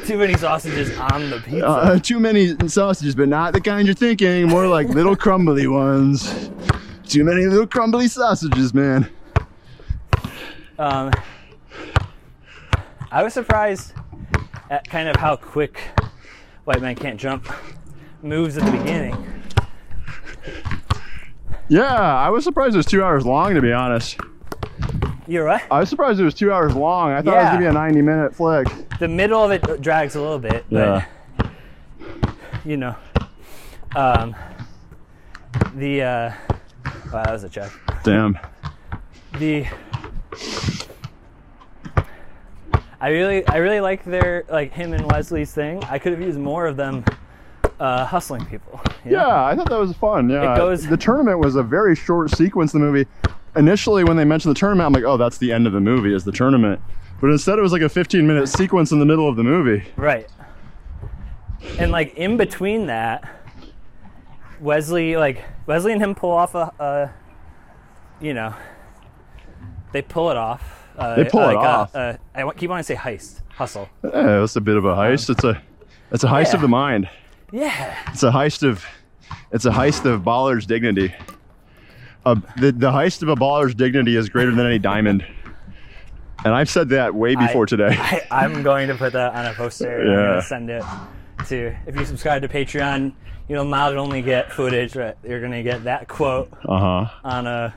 [SPEAKER 1] Too many sausages on the pizza.
[SPEAKER 2] Uh, too many sausages, but not the kind you're thinking. More like little crumbly ones. Too many little crumbly sausages, man.
[SPEAKER 1] Um, I was surprised at kind of how quick White Man Can't Jump moves at the beginning.
[SPEAKER 2] Yeah, I was surprised it was two hours long, to be honest.
[SPEAKER 1] You're right.
[SPEAKER 2] I was surprised it was two hours long. I thought it was
[SPEAKER 1] Yeah.
[SPEAKER 2] gonna be a 90 minute flick.
[SPEAKER 1] The middle of it drags a little bit, but you know, um, the uh, wow, that was a check.
[SPEAKER 2] Damn.
[SPEAKER 1] the I really I really like their like him and Leslie's thing. I could have used more of them uh, hustling people. you know?
[SPEAKER 2] Yeah, I thought that was fun. Yeah,
[SPEAKER 1] It goes-
[SPEAKER 2] the tournament was a very short sequence in the movie. Initially, when they mentioned the tournament, I'm like, oh, that's the end of the movie is the tournament. But instead, it was like a 15 minute sequence in the middle of the movie.
[SPEAKER 1] Right. And like in between that, Wesley like Wesley and him pull off a, a you know they pull it off. Uh,
[SPEAKER 2] They pull it
[SPEAKER 1] like a-
[SPEAKER 2] off.
[SPEAKER 1] a- I wa- keep wanting to say heist, hustle.
[SPEAKER 2] Yeah, that's a bit of a heist. It's a it's a heist
[SPEAKER 1] Yeah.
[SPEAKER 2] of the mind.
[SPEAKER 1] Yeah,
[SPEAKER 2] It's a heist of it's a heist of baller's dignity. Uh, the, the heist of a baller's dignity is greater than any diamond. And I've said that way before today.
[SPEAKER 1] I, I'm going to put that on a poster. and I'm
[SPEAKER 2] Yeah.
[SPEAKER 1] going to send it to. If you subscribe to Patreon, you'll not only get footage, but you're going to get that quote
[SPEAKER 2] Uh huh.
[SPEAKER 1] on a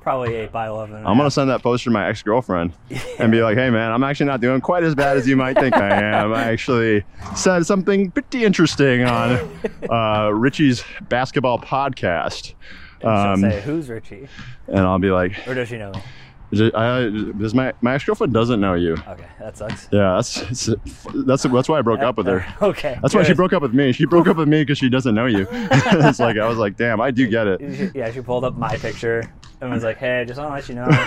[SPEAKER 1] probably eight by eleven.
[SPEAKER 2] I'm gonna send that poster to my ex girlfriend and be like, "Hey, man, I'm actually not doing quite as bad as you might think I am. I actually said something pretty interesting on uh, Richie's basketball podcast."
[SPEAKER 1] She'll
[SPEAKER 2] Um,
[SPEAKER 1] say, "Who's Richie?"
[SPEAKER 2] and I'll be like,
[SPEAKER 1] Or does she know me?
[SPEAKER 2] "Is it- I- does my my ex girlfriend doesn't know you?"
[SPEAKER 1] Okay, that sucks.
[SPEAKER 2] Yeah, that's that's that's, that's why I broke up with her.
[SPEAKER 1] Okay.
[SPEAKER 2] That's why she
[SPEAKER 1] good.
[SPEAKER 2] broke up with me. She broke up with me because she doesn't know you. it's like I was like, "Damn, I do get it."
[SPEAKER 1] She- Yeah, she pulled up my picture and was like, "Hey, just want to let you know,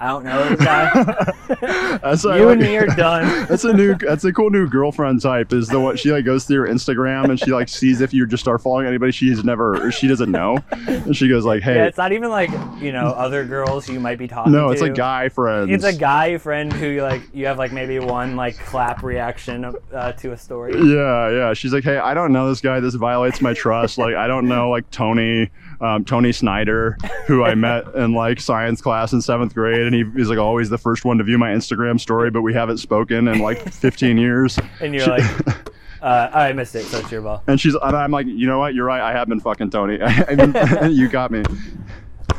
[SPEAKER 1] I don't know this guy.
[SPEAKER 2] That's why I
[SPEAKER 1] you
[SPEAKER 2] like-
[SPEAKER 1] and me are done."
[SPEAKER 2] That's a new. That's a cool new girlfriend type. Is the one she like goes through your Instagram and she like sees if you just start following anybody she's never or she doesn't know, and she goes like, "Hey,
[SPEAKER 1] Yeah, it's not even like you know other girls who you might be talking to.
[SPEAKER 2] no, it's a guy friend."
[SPEAKER 1] It's a guy friend who you like you have like maybe one like clap reaction uh, to a story.
[SPEAKER 2] Yeah, yeah. She's like, "Hey, I don't know this guy. This violates my trust. Like, I don't know like Tony, um, Tony Snyder, who I met in like science class in seventh grade, and he is like always the first one to view my Instagram story, but we haven't spoken in like 15 years."
[SPEAKER 1] And you're like, uh, I missed it, so it's your ball.
[SPEAKER 2] And she's and I'm like, "You know what? You're right. I have been fucking Tony. I mean, you got me."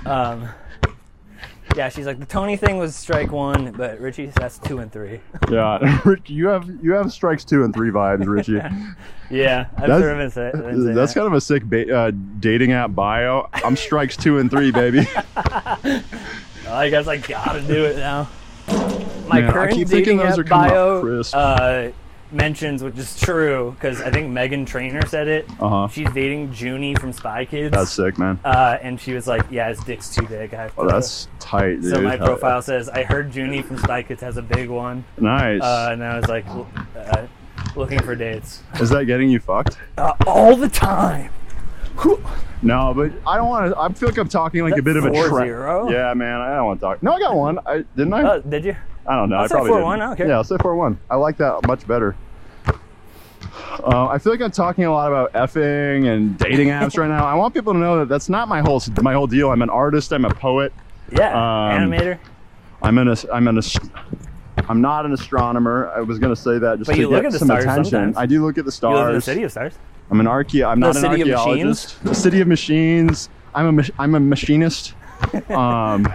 [SPEAKER 1] Um, yeah, she's like the Tony thing was strike one, but Richie that's two and three.
[SPEAKER 2] Yeah, Rich, you have you have strikes two and three vibes, Richie.
[SPEAKER 1] Yeah, I've
[SPEAKER 2] That's-
[SPEAKER 1] sort of been say, been saying
[SPEAKER 2] That's
[SPEAKER 1] that.
[SPEAKER 2] kind of a sick ba- uh, dating app bio. I'm strikes two and three, baby.
[SPEAKER 1] I guess I gotta do it now. My
[SPEAKER 2] Man, I
[SPEAKER 1] current
[SPEAKER 2] keep
[SPEAKER 1] dating
[SPEAKER 2] thinking those
[SPEAKER 1] app
[SPEAKER 2] are coming up
[SPEAKER 1] bio
[SPEAKER 2] crisp.
[SPEAKER 1] uh, mentions, which is true, because I think Megan Trainer said it.
[SPEAKER 2] Uh-huh.
[SPEAKER 1] She's dating Junie from Spy Kids.
[SPEAKER 2] That's sick, man.
[SPEAKER 1] uh, and she was like, "Yeah, his dick's too big." I have
[SPEAKER 2] Oh,
[SPEAKER 1] to-
[SPEAKER 2] that's tight, dude.
[SPEAKER 1] So my profile says, "I heard Junie from Spy Kids has a big one,"
[SPEAKER 2] Nice.
[SPEAKER 1] uh, and I was like, l- uh, "Looking for dates
[SPEAKER 2] Is that getting you fucked?
[SPEAKER 1] uh, all the time."
[SPEAKER 2] No, but I don't want to. I feel like I'm talking like a
[SPEAKER 1] That
[SPEAKER 2] bit of a
[SPEAKER 1] four
[SPEAKER 2] trap.
[SPEAKER 1] zero?
[SPEAKER 2] Yeah, man. I don't want to talk. No, I got one. I didn't I?
[SPEAKER 1] Oh, did you?
[SPEAKER 2] I don't know.
[SPEAKER 1] I'll
[SPEAKER 2] I
[SPEAKER 1] say
[SPEAKER 2] probably
[SPEAKER 1] 4-1,
[SPEAKER 2] didn't.
[SPEAKER 1] I don't care.
[SPEAKER 2] Yeah, I'll say four one. I like that much better. Uh, I feel like I'm talking a lot about effing and dating apps right now. I want people to know that that's not my whole my whole deal. I'm an artist. I'm a poet.
[SPEAKER 1] Yeah,
[SPEAKER 2] Um,
[SPEAKER 1] animator.
[SPEAKER 2] I'm an as- I'm an as- I'm not an astronomer. I was gonna say that just
[SPEAKER 1] But
[SPEAKER 2] to
[SPEAKER 1] you
[SPEAKER 2] get
[SPEAKER 1] look at the
[SPEAKER 2] some
[SPEAKER 1] stars
[SPEAKER 2] attention.
[SPEAKER 1] sometimes.
[SPEAKER 2] I do look at the
[SPEAKER 1] You
[SPEAKER 2] stars.
[SPEAKER 1] live in the city of stars.
[SPEAKER 2] I'm an archae. I'm
[SPEAKER 1] The
[SPEAKER 2] not an
[SPEAKER 1] city of machines?
[SPEAKER 2] archaeologist. The city of machines. I'm a mach- I'm a machinist. um,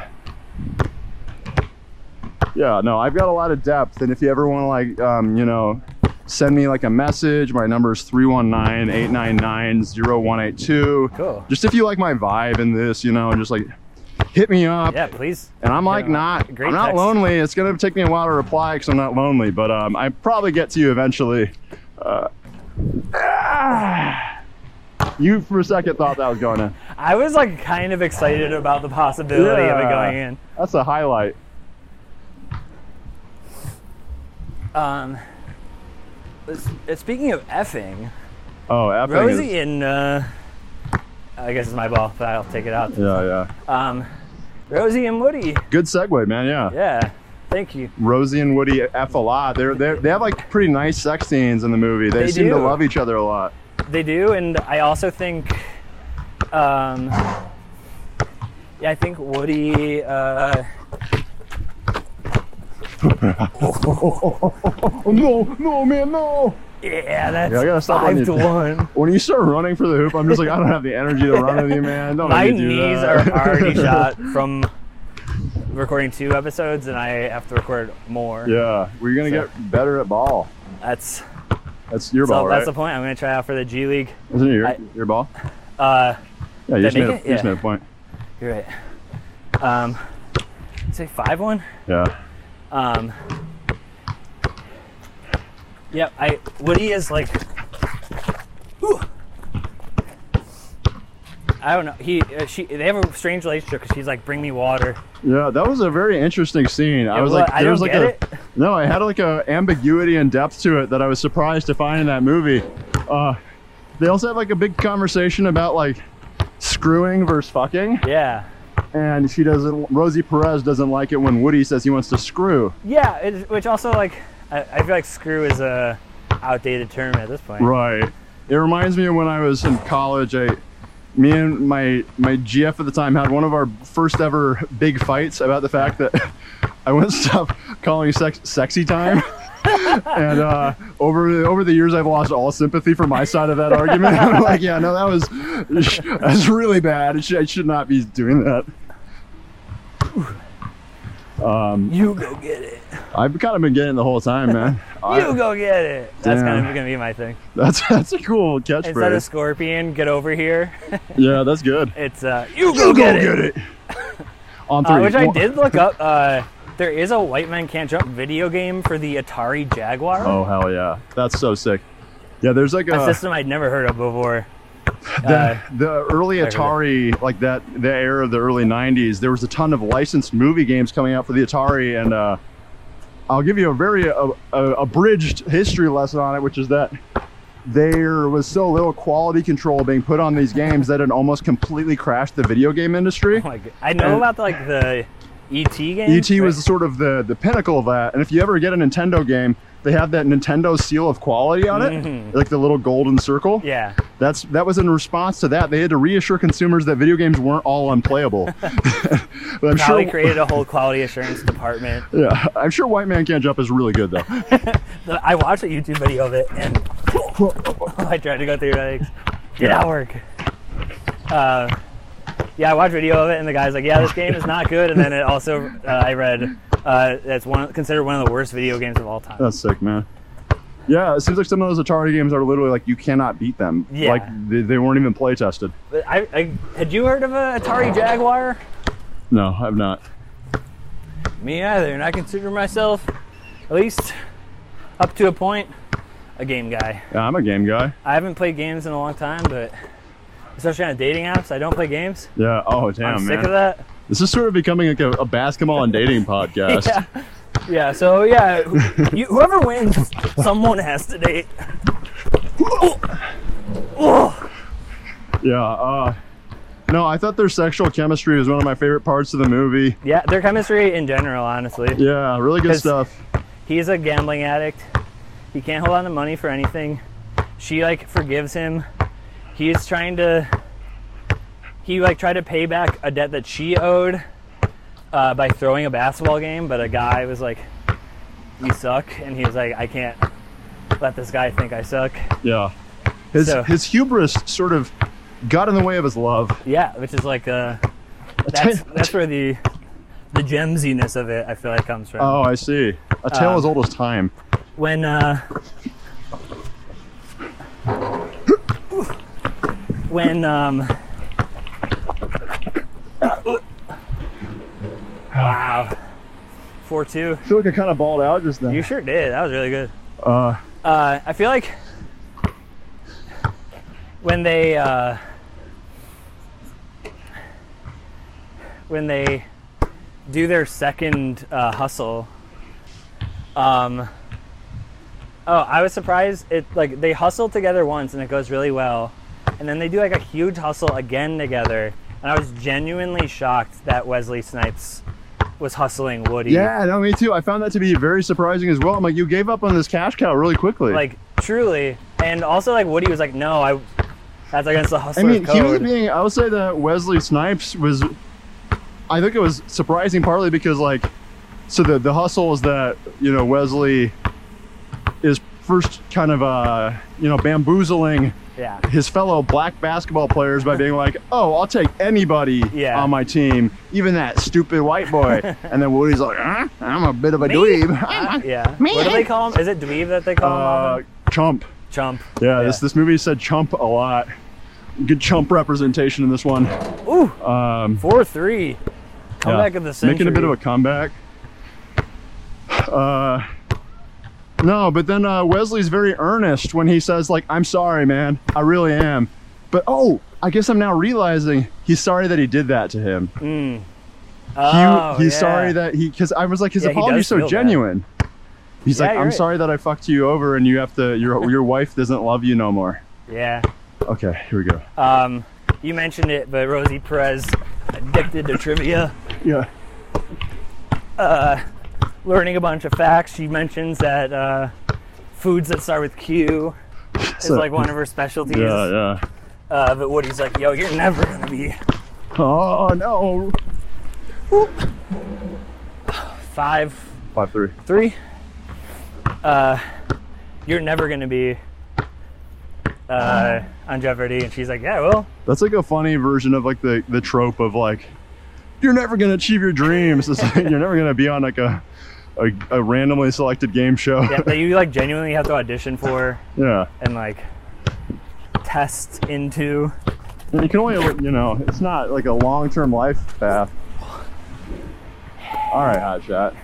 [SPEAKER 2] yeah, no, I've got a lot of depth, and if you ever want to like, um, you know, send me like a message, my number is 319-899-0182.
[SPEAKER 1] Cool.
[SPEAKER 2] Just if you like my vibe in this, you know, and just like hit me up.
[SPEAKER 1] Yeah, please.
[SPEAKER 2] And I'm like
[SPEAKER 1] Yeah,
[SPEAKER 2] not,
[SPEAKER 1] great
[SPEAKER 2] I'm not
[SPEAKER 1] text.
[SPEAKER 2] lonely. It's gonna take me a while to reply because I'm not lonely, but um, I probably get to you eventually. Uh, ah. you for a second thought that was gonna.
[SPEAKER 1] I was like kind of excited about the possibility of it
[SPEAKER 2] Yeah.
[SPEAKER 1] going in.
[SPEAKER 2] That's a highlight.
[SPEAKER 1] Um, s- uh, speaking of effing,
[SPEAKER 2] Oh, effing
[SPEAKER 1] Rosie
[SPEAKER 2] is-
[SPEAKER 1] and uh, I guess it's my ball, but I'll take it out.
[SPEAKER 2] Yeah, yeah.
[SPEAKER 1] Um, Rosie and Woody.
[SPEAKER 2] Good segue, man. Yeah.
[SPEAKER 1] Yeah, Thank you.
[SPEAKER 2] Rosie and Woody f a lot. They're, they're they have like pretty nice sex scenes in the movie. They,
[SPEAKER 1] They
[SPEAKER 2] seem to
[SPEAKER 1] do.
[SPEAKER 2] love each other a lot.
[SPEAKER 1] They do, and I also think, um, yeah, I think Woody. Uh,
[SPEAKER 2] Oh no, no man, no!
[SPEAKER 1] yeah, that's
[SPEAKER 2] Yeah, I gotta stop on
[SPEAKER 1] five
[SPEAKER 2] you.
[SPEAKER 1] to one.
[SPEAKER 2] When you start running for the hoop, I'm just like, I don't have the energy to run with you, man. Don't
[SPEAKER 1] My
[SPEAKER 2] make me do uh,
[SPEAKER 1] knees
[SPEAKER 2] that.
[SPEAKER 1] are already shot from recording two episodes, and I have to record more.
[SPEAKER 2] yeah, we're gonna
[SPEAKER 1] So-
[SPEAKER 2] get better at ball.
[SPEAKER 1] That's
[SPEAKER 2] That's your
[SPEAKER 1] so
[SPEAKER 2] ball,
[SPEAKER 1] that's the
[SPEAKER 2] right?
[SPEAKER 1] point. I'm gonna try out for the G League.
[SPEAKER 2] Isn't it your,
[SPEAKER 1] I-
[SPEAKER 2] your ball?
[SPEAKER 1] Uh, Did
[SPEAKER 2] Yeah, you
[SPEAKER 1] I
[SPEAKER 2] just, made
[SPEAKER 1] make
[SPEAKER 2] a,
[SPEAKER 1] it?
[SPEAKER 2] you just
[SPEAKER 1] Yeah.
[SPEAKER 2] made a point.
[SPEAKER 1] you're right. Um, say five one.
[SPEAKER 2] Yeah.
[SPEAKER 1] Um, yep, I Woody is like. Whew. I don't know. He, uh, she, they have a strange relationship because she's like, "Bring me water."
[SPEAKER 2] Yeah, that was a very interesting scene. I
[SPEAKER 1] It
[SPEAKER 2] was
[SPEAKER 1] wa-
[SPEAKER 2] like,
[SPEAKER 1] I don't
[SPEAKER 2] there was like
[SPEAKER 1] get
[SPEAKER 2] a
[SPEAKER 1] it.
[SPEAKER 2] no, I had like a ambiguity and depth to it that I was surprised to find in that movie. Uh, they also have like a big conversation about like screwing versus fucking,
[SPEAKER 1] Yeah,
[SPEAKER 2] and she doesn't. Rosie Perez doesn't like it when Woody says he wants to screw.
[SPEAKER 1] yeah. It, which also like, I, I feel like "screw" is a outdated term at this point.
[SPEAKER 2] Right. It reminds me of when I was in college. I, me and my my GF at the time had one of our first ever big fights about the fact that I wouldn't stop calling sex sexy time. and uh, over over the years, I've lost all sympathy for my side of that argument. I'm like, yeah, no, that was that's really bad. It should, I should not be doing that.
[SPEAKER 1] You go get it.
[SPEAKER 2] I've kind of been getting it the whole time, man.
[SPEAKER 1] You
[SPEAKER 2] I,
[SPEAKER 1] go get it. That's
[SPEAKER 2] Damn.
[SPEAKER 1] kind of gonna be my thing.
[SPEAKER 2] that's that's a cool
[SPEAKER 1] Instead of
[SPEAKER 2] catchphrase.
[SPEAKER 1] scorpion, get over here.
[SPEAKER 2] Yeah, that's good.
[SPEAKER 1] It's uh, you go, get, it.
[SPEAKER 2] On three,
[SPEAKER 1] Uh, which I
[SPEAKER 2] One-
[SPEAKER 1] did look up. Uh, there is a White Man Can't Jump video game for the Atari Jaguar,
[SPEAKER 2] Oh hell yeah, that's so sick. Yeah, there's like
[SPEAKER 1] a
[SPEAKER 2] a
[SPEAKER 1] system I'd never heard of before.
[SPEAKER 2] the, the early
[SPEAKER 1] uh, I heard it.
[SPEAKER 2] Atari, like that the era of the early '90s. There was a ton of licensed movie games coming out for the Atari, and uh, I'll give you a very uh, uh, abridged history lesson on it, which is that there was so little quality control being put on these games that it almost completely crashed the video game industry.
[SPEAKER 1] Oh my God. I know
[SPEAKER 2] And-
[SPEAKER 1] about like the ET game.
[SPEAKER 2] ET was
[SPEAKER 1] right?
[SPEAKER 2] sort of the the pinnacle of that. And if you ever get a Nintendo game, they have that Nintendo seal of quality on it,
[SPEAKER 1] Mm-hmm.
[SPEAKER 2] like the little golden circle.
[SPEAKER 1] yeah.
[SPEAKER 2] That's that was in response to that. They had to reassure consumers that video games weren't all unplayable. but I'm
[SPEAKER 1] Probably
[SPEAKER 2] sure,
[SPEAKER 1] created a whole quality assurance department.
[SPEAKER 2] yeah, I'm sure White Man Can't Jump is really good though.
[SPEAKER 1] I watched a YouTube video of it and I tried to go through it. Like, did not work? Uh, yeah, I watched a video of it and the guy's like, "Yeah, this game is not good." And then it also, uh, I read, uh, that's one considered one of the worst video games of all time.
[SPEAKER 2] That's sick, man. Yeah, it seems like some of those Atari games are literally like you cannot beat them.
[SPEAKER 1] Yeah.
[SPEAKER 2] Like they, they weren't even play tested.
[SPEAKER 1] But I, I had you heard of a Atari Jaguar?
[SPEAKER 2] No, I've not.
[SPEAKER 1] Me either, and I consider myself, at least up to a point, a game guy.
[SPEAKER 2] Yeah, I'm a game guy.
[SPEAKER 1] I haven't played games in a long time, but especially on dating apps, I don't play games.
[SPEAKER 2] Yeah. Oh damn,
[SPEAKER 1] I'm
[SPEAKER 2] man.
[SPEAKER 1] sick of that.
[SPEAKER 2] This is sort of becoming like a, a basketball and dating podcast.
[SPEAKER 1] Yeah. Yeah, so yeah, wh- you, whoever wins, someone has to date.
[SPEAKER 2] Yeah, Uh, no, I thought their sexual chemistry was one of my favorite parts of the movie.
[SPEAKER 1] Yeah, their chemistry in general, honestly.
[SPEAKER 2] Yeah, really good
[SPEAKER 1] 'Cause-
[SPEAKER 2] stuff.
[SPEAKER 1] He's a gambling addict. He can't hold on to money for anything. She like forgives him. He's trying to. He like tried to pay back a debt that she owed uh, by throwing a basketball game, but a guy was like, "You suck," and he was like, "I can't let this guy think I suck."
[SPEAKER 2] Yeah. His
[SPEAKER 1] So-
[SPEAKER 2] his hubris sort of got in the way of his love.
[SPEAKER 1] Yeah, which is like uh, that's that's where the the gemsiness of it I feel like comes from.
[SPEAKER 2] Oh, I see. A tale
[SPEAKER 1] Um,
[SPEAKER 2] as old as time.
[SPEAKER 1] when uh when um wow 4-2
[SPEAKER 2] I feel like I kind of balled out just then.
[SPEAKER 1] you sure did that was really good
[SPEAKER 2] uh,
[SPEAKER 1] uh i feel like when they uh when they do their second uh, hustle um Oh, I was surprised. It like they hustle together once and it goes really well, and then they do like a huge hustle again together, and I was genuinely shocked that Wesley Snipes was hustling Woody.
[SPEAKER 2] Yeah, no, me too. I found that to be very surprising as well. I'm like, you gave up on this cash cow really quickly.
[SPEAKER 1] Like truly, and also like Woody was like, no, I. That's against the
[SPEAKER 2] I
[SPEAKER 1] hustler
[SPEAKER 2] mean,
[SPEAKER 1] code.
[SPEAKER 2] he was being. I would say that Wesley Snipes was. I think it was surprising partly because like, so the the hustle is that you know Wesley is first kind of uh you know bamboozling
[SPEAKER 1] yeah.
[SPEAKER 2] his fellow black basketball players by being like, "Oh, I'll take anybody
[SPEAKER 1] Yeah.
[SPEAKER 2] on my team, even that stupid white boy." and then Woody's like, "Huh? "I'm a bit of a dweeb."
[SPEAKER 1] Yeah. What do they call him? Is it dweeb that they call him?
[SPEAKER 2] uh,
[SPEAKER 1] often?
[SPEAKER 2] chump.
[SPEAKER 1] Chump.
[SPEAKER 2] Yeah, this this movie said chump a lot. Good chump representation in this one.
[SPEAKER 1] Ooh,
[SPEAKER 2] Um,
[SPEAKER 1] four three. Comeback
[SPEAKER 2] yeah,
[SPEAKER 1] of the century.
[SPEAKER 2] Making a bit of a comeback. Uh, no, but then uh, Wesley's very earnest when he says, like, I'm sorry, man. I really am. But oh, I guess I'm now realizing he's sorry that he did that to him.
[SPEAKER 1] Oh,
[SPEAKER 2] he, he's
[SPEAKER 1] yeah.
[SPEAKER 2] sorry that he, because I was like, his
[SPEAKER 1] Yeah, he
[SPEAKER 2] apology's
[SPEAKER 1] does feel
[SPEAKER 2] so
[SPEAKER 1] bad.
[SPEAKER 2] genuine. He's
[SPEAKER 1] Yeah,
[SPEAKER 2] like,
[SPEAKER 1] you're
[SPEAKER 2] I'm
[SPEAKER 1] right.
[SPEAKER 2] sorry that I fucked you over and you have to, your, your wife doesn't love you no more.
[SPEAKER 1] Yeah.
[SPEAKER 2] Okay, here we go.
[SPEAKER 1] Um, you mentioned it, but Rosie Perez, addicted to trivia,
[SPEAKER 2] yeah.
[SPEAKER 1] learning a bunch of facts. She mentions that uh, foods that start with Q is
[SPEAKER 2] So-
[SPEAKER 1] like one of her specialties.
[SPEAKER 2] Yeah, yeah.
[SPEAKER 1] Uh, but Woody's like, yo, you're never gonna be
[SPEAKER 2] Oh, no.
[SPEAKER 1] five
[SPEAKER 2] 5 3.
[SPEAKER 1] three. Uh, you're never gonna be uh, on Jeopardy, and she's like, yeah, well,
[SPEAKER 2] That's like a funny version of like the the trope of like you're never gonna achieve your dreams. It's like, you're never gonna be on like a a, a randomly selected game show.
[SPEAKER 1] yeah, that you like genuinely have to audition for
[SPEAKER 2] Yeah.
[SPEAKER 1] and like test into.
[SPEAKER 2] And you can only you know it's not like a long term life path. All right, hot shot.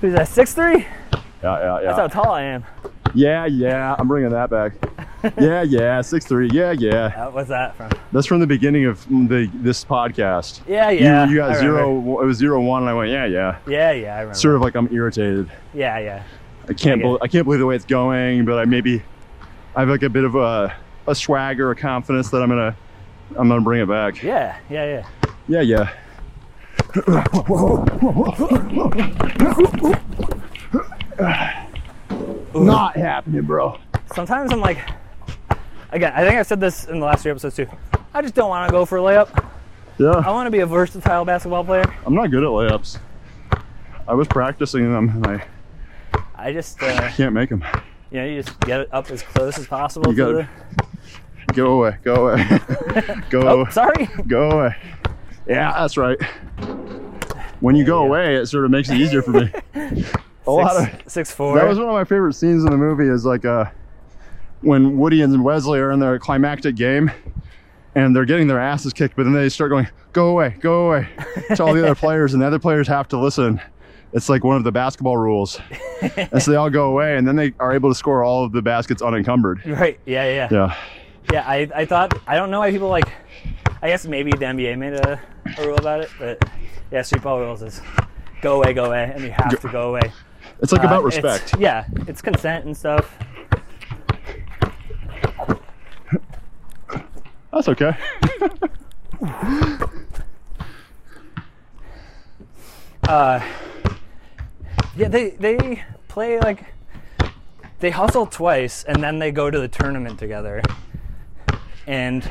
[SPEAKER 1] Who's that? Six three?
[SPEAKER 2] Yeah, yeah,
[SPEAKER 1] That's how
[SPEAKER 2] yeah.
[SPEAKER 1] tall I am.
[SPEAKER 2] Yeah, yeah. I'm bringing that back. Yeah, yeah. Six three. Yeah, yeah.
[SPEAKER 1] Uh, what's that from?
[SPEAKER 2] That's from the beginning of the this podcast.
[SPEAKER 1] Yeah, yeah.
[SPEAKER 2] You, you
[SPEAKER 1] I
[SPEAKER 2] got
[SPEAKER 1] remember.
[SPEAKER 2] zero. It was zero one, and I went yeah, yeah.
[SPEAKER 1] Yeah, yeah. I remember.
[SPEAKER 2] Sort of like I'm irritated.
[SPEAKER 1] Yeah, yeah.
[SPEAKER 2] I can't
[SPEAKER 1] Okay.
[SPEAKER 2] bel I can't believe the way it's going, but I maybe I have like a bit of a a swagger, a confidence that I'm gonna I'm gonna bring it back.
[SPEAKER 1] Yeah, yeah, yeah.
[SPEAKER 2] Yeah, yeah. Not happening, bro.
[SPEAKER 1] Sometimes I'm like, again, I think I said this in the last three episodes too. I just don't want to go for a layup. I
[SPEAKER 2] Yeah,
[SPEAKER 1] want to be a versatile basketball player.
[SPEAKER 2] I'm not good at layups. I was practicing them and I
[SPEAKER 1] I just, uh,
[SPEAKER 2] can't make them.
[SPEAKER 1] you know, you just get it up as close as possible.
[SPEAKER 2] You
[SPEAKER 1] to
[SPEAKER 2] gotta- Go away, go away, go,
[SPEAKER 1] the... Oh, sorry.
[SPEAKER 2] go away. Yeah, that's right. When you go
[SPEAKER 1] Yeah.
[SPEAKER 2] away, it sort of makes it easier for me. A lot of
[SPEAKER 1] Six, six four.
[SPEAKER 2] That was one of my favorite scenes in the movie. Is like uh, when Woody and Wesley are in their climactic game, and they're getting their asses kicked, but then they start going, "Go away, go away," to all the other players, and the other players have to listen. It's like one of the basketball rules, and so they all go away, and then they are able to score all of the baskets unencumbered.
[SPEAKER 1] Right. Yeah, yeah, yeah.
[SPEAKER 2] Yeah,
[SPEAKER 1] Yeah, I, I thought, I don't know why people like, I guess maybe the NBA made a, a rule about it, but yeah, streetball rules is go away, go away, and you have to go away.
[SPEAKER 2] it's like
[SPEAKER 1] Uh,
[SPEAKER 2] about
[SPEAKER 1] it's-
[SPEAKER 2] respect.
[SPEAKER 1] yeah, it's consent and stuff.
[SPEAKER 2] That's okay.
[SPEAKER 1] uh, yeah, they they play like they hustle twice and then they go to the tournament together. And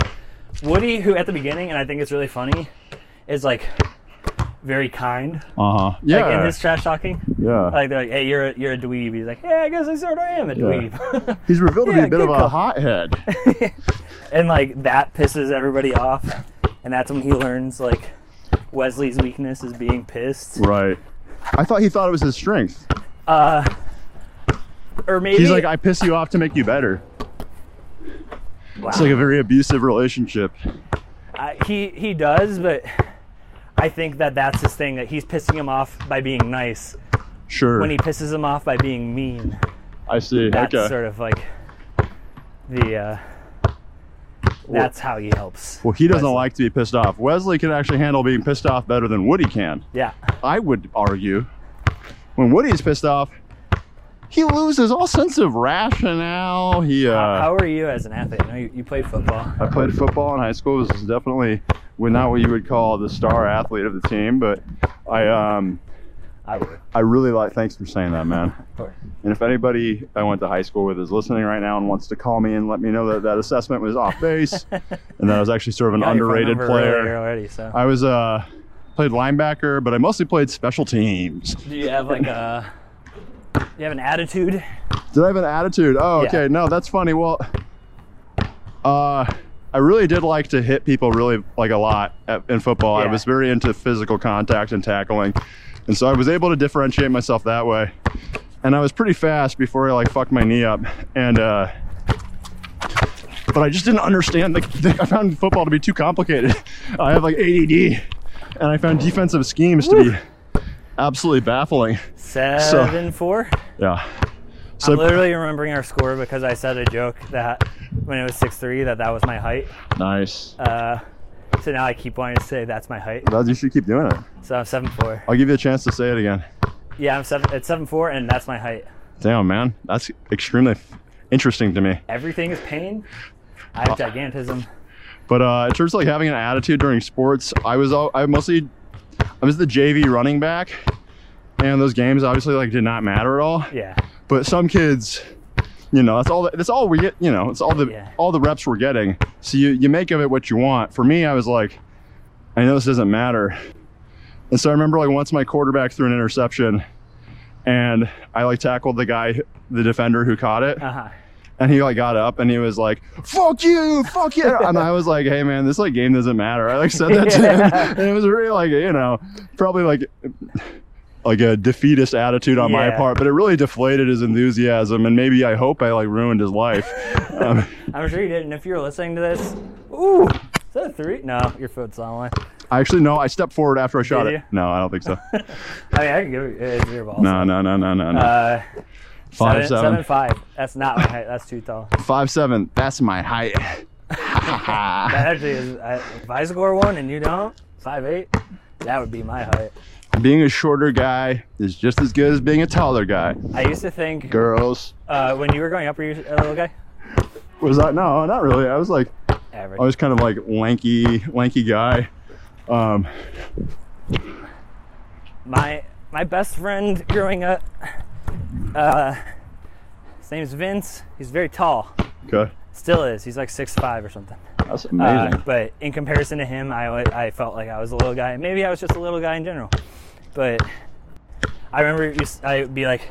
[SPEAKER 1] Woody, who at the beginning, and I think it's really funny, is like very kind
[SPEAKER 2] Uh huh. Yeah.
[SPEAKER 1] like, in his trash talking.
[SPEAKER 2] yeah.
[SPEAKER 1] Like they're like, "Hey, you're a, you're a dweeb." He's like, "Yeah, I guess I sort of am a dweeb."
[SPEAKER 2] He's revealed to be
[SPEAKER 1] Yeah,
[SPEAKER 2] a bit
[SPEAKER 1] good
[SPEAKER 2] of a
[SPEAKER 1] call.
[SPEAKER 2] hothead.
[SPEAKER 1] and like that pisses everybody off, and that's when he learns like Wesley's weakness is being pissed.
[SPEAKER 2] right. I thought he thought it was his strength.
[SPEAKER 1] Uh, or maybe
[SPEAKER 2] He's like, I piss you off to make you better. It's like a very abusive relationship.
[SPEAKER 1] I, he he does, but I think that that's his thing that he's pissing him off by being nice.
[SPEAKER 2] Sure.
[SPEAKER 1] When he pisses him off by being mean,
[SPEAKER 2] I see.
[SPEAKER 1] that's
[SPEAKER 2] okay.
[SPEAKER 1] sort of like the uh, that's how he helps.
[SPEAKER 2] well, he doesn't
[SPEAKER 1] Wesley.
[SPEAKER 2] like to be pissed off. Wesley can actually handle being pissed off better than Woody can.
[SPEAKER 1] Yeah,
[SPEAKER 2] I would argue. When Woody's pissed off, he loses all sense of rationale. He uh,
[SPEAKER 1] how are you as an athlete? I know you, you played football.
[SPEAKER 2] I played football in high school. This is definitely well, not what you would call the star athlete of the team, but I um
[SPEAKER 1] I would.
[SPEAKER 2] I really like. Thanks for saying that, man.
[SPEAKER 4] course.
[SPEAKER 2] And if anybody I went to high school with is listening right now and wants to call me and let me know that that assessment was off base, and that I was actually sort of an
[SPEAKER 1] Got your phone
[SPEAKER 2] underrated
[SPEAKER 1] number earlier
[SPEAKER 2] player.
[SPEAKER 1] already. So
[SPEAKER 2] I was uh played linebacker, but I mostly played special teams.
[SPEAKER 1] do you have like a? Do you have an attitude?
[SPEAKER 2] Did I have an attitude? Oh,
[SPEAKER 1] Yeah.
[SPEAKER 2] okay. No, that's funny. Well, uh, I really did like to hit people really like a lot at, in football. I
[SPEAKER 1] Yeah.
[SPEAKER 2] was very into physical contact and tackling, and so I was able to differentiate myself that way. And I was pretty fast before I like fucked my knee up, and uh, but I just didn't understand the. I found football to be too complicated. I have like ADD, and I found defensive schemes to be absolutely baffling.
[SPEAKER 1] Seven four.
[SPEAKER 2] Yeah. So
[SPEAKER 1] Literally remembering our score because I said a joke that when it was six three that that was my height.
[SPEAKER 2] nice.
[SPEAKER 1] Uh, so now I keep wanting to say that's my height.
[SPEAKER 2] Well, You should keep doing it.
[SPEAKER 1] So I'm seven four.
[SPEAKER 2] I'll give you a chance to say it again.
[SPEAKER 1] Yeah, I'm seven. It's seven four, and that's my height.
[SPEAKER 2] Damn, man, that's extremely f- interesting to me.
[SPEAKER 1] Everything is pain. I have gigantism.
[SPEAKER 2] But uh, in terms of like having an attitude during sports, I was all, I mostly I was the JV running back, and those games obviously like did not matter at all.
[SPEAKER 1] Yeah.
[SPEAKER 2] But some kids, you know, that's all that- that's all we get. You know, it's all the
[SPEAKER 1] Yeah.
[SPEAKER 2] all the reps we're getting. So you you make of it what you want. For me, I was like, I know this doesn't matter. And so I remember like once my quarterback threw an interception, and I like tackled the guy, the defender who caught it.
[SPEAKER 1] Uh huh.
[SPEAKER 2] And he like got up and he was like, "Fuck you, fuck you," and I was like, "Hey man, this like game doesn't matter." I like said that to him, and it was really like you know, probably like like a defeatist attitude on my
[SPEAKER 1] Yeah.
[SPEAKER 2] part, but it really deflated his enthusiasm, and maybe I hope I like ruined his life. um,
[SPEAKER 1] I'm sure you did. And if you're listening to this, ooh, is that a three? No, your foot's on one.
[SPEAKER 2] I actually no, I stepped forward after I shot
[SPEAKER 1] Did
[SPEAKER 2] it.
[SPEAKER 1] you?
[SPEAKER 2] No, I don't think so.
[SPEAKER 1] I mean, I can give it. It's your ball.
[SPEAKER 2] No, no, no, no, no, no.
[SPEAKER 1] Uh, seven,
[SPEAKER 2] Five seven.
[SPEAKER 1] seven five. That's not my height. That's too tall.
[SPEAKER 2] Five seven. That's my height.
[SPEAKER 1] That actually is. I, if I score one and you don't, five eight. That would be my height.
[SPEAKER 2] being a shorter guy is just as good as being a taller guy.
[SPEAKER 1] I used to think
[SPEAKER 2] Girls,
[SPEAKER 1] uh, when you were growing up, were you a little guy?
[SPEAKER 2] was that no? Not really. I was like.
[SPEAKER 1] Average.
[SPEAKER 2] I was kind of like lanky, lanky guy. Um,
[SPEAKER 1] my my best friend growing up uh his name's vince he's very tall
[SPEAKER 2] okay,
[SPEAKER 1] still is he's like six five or something
[SPEAKER 2] that's
[SPEAKER 1] Uh,
[SPEAKER 2] amazing.
[SPEAKER 1] but in comparison to him I, wa- I felt like i was a little guy maybe i was just a little guy in general but i remember you s- i'd be like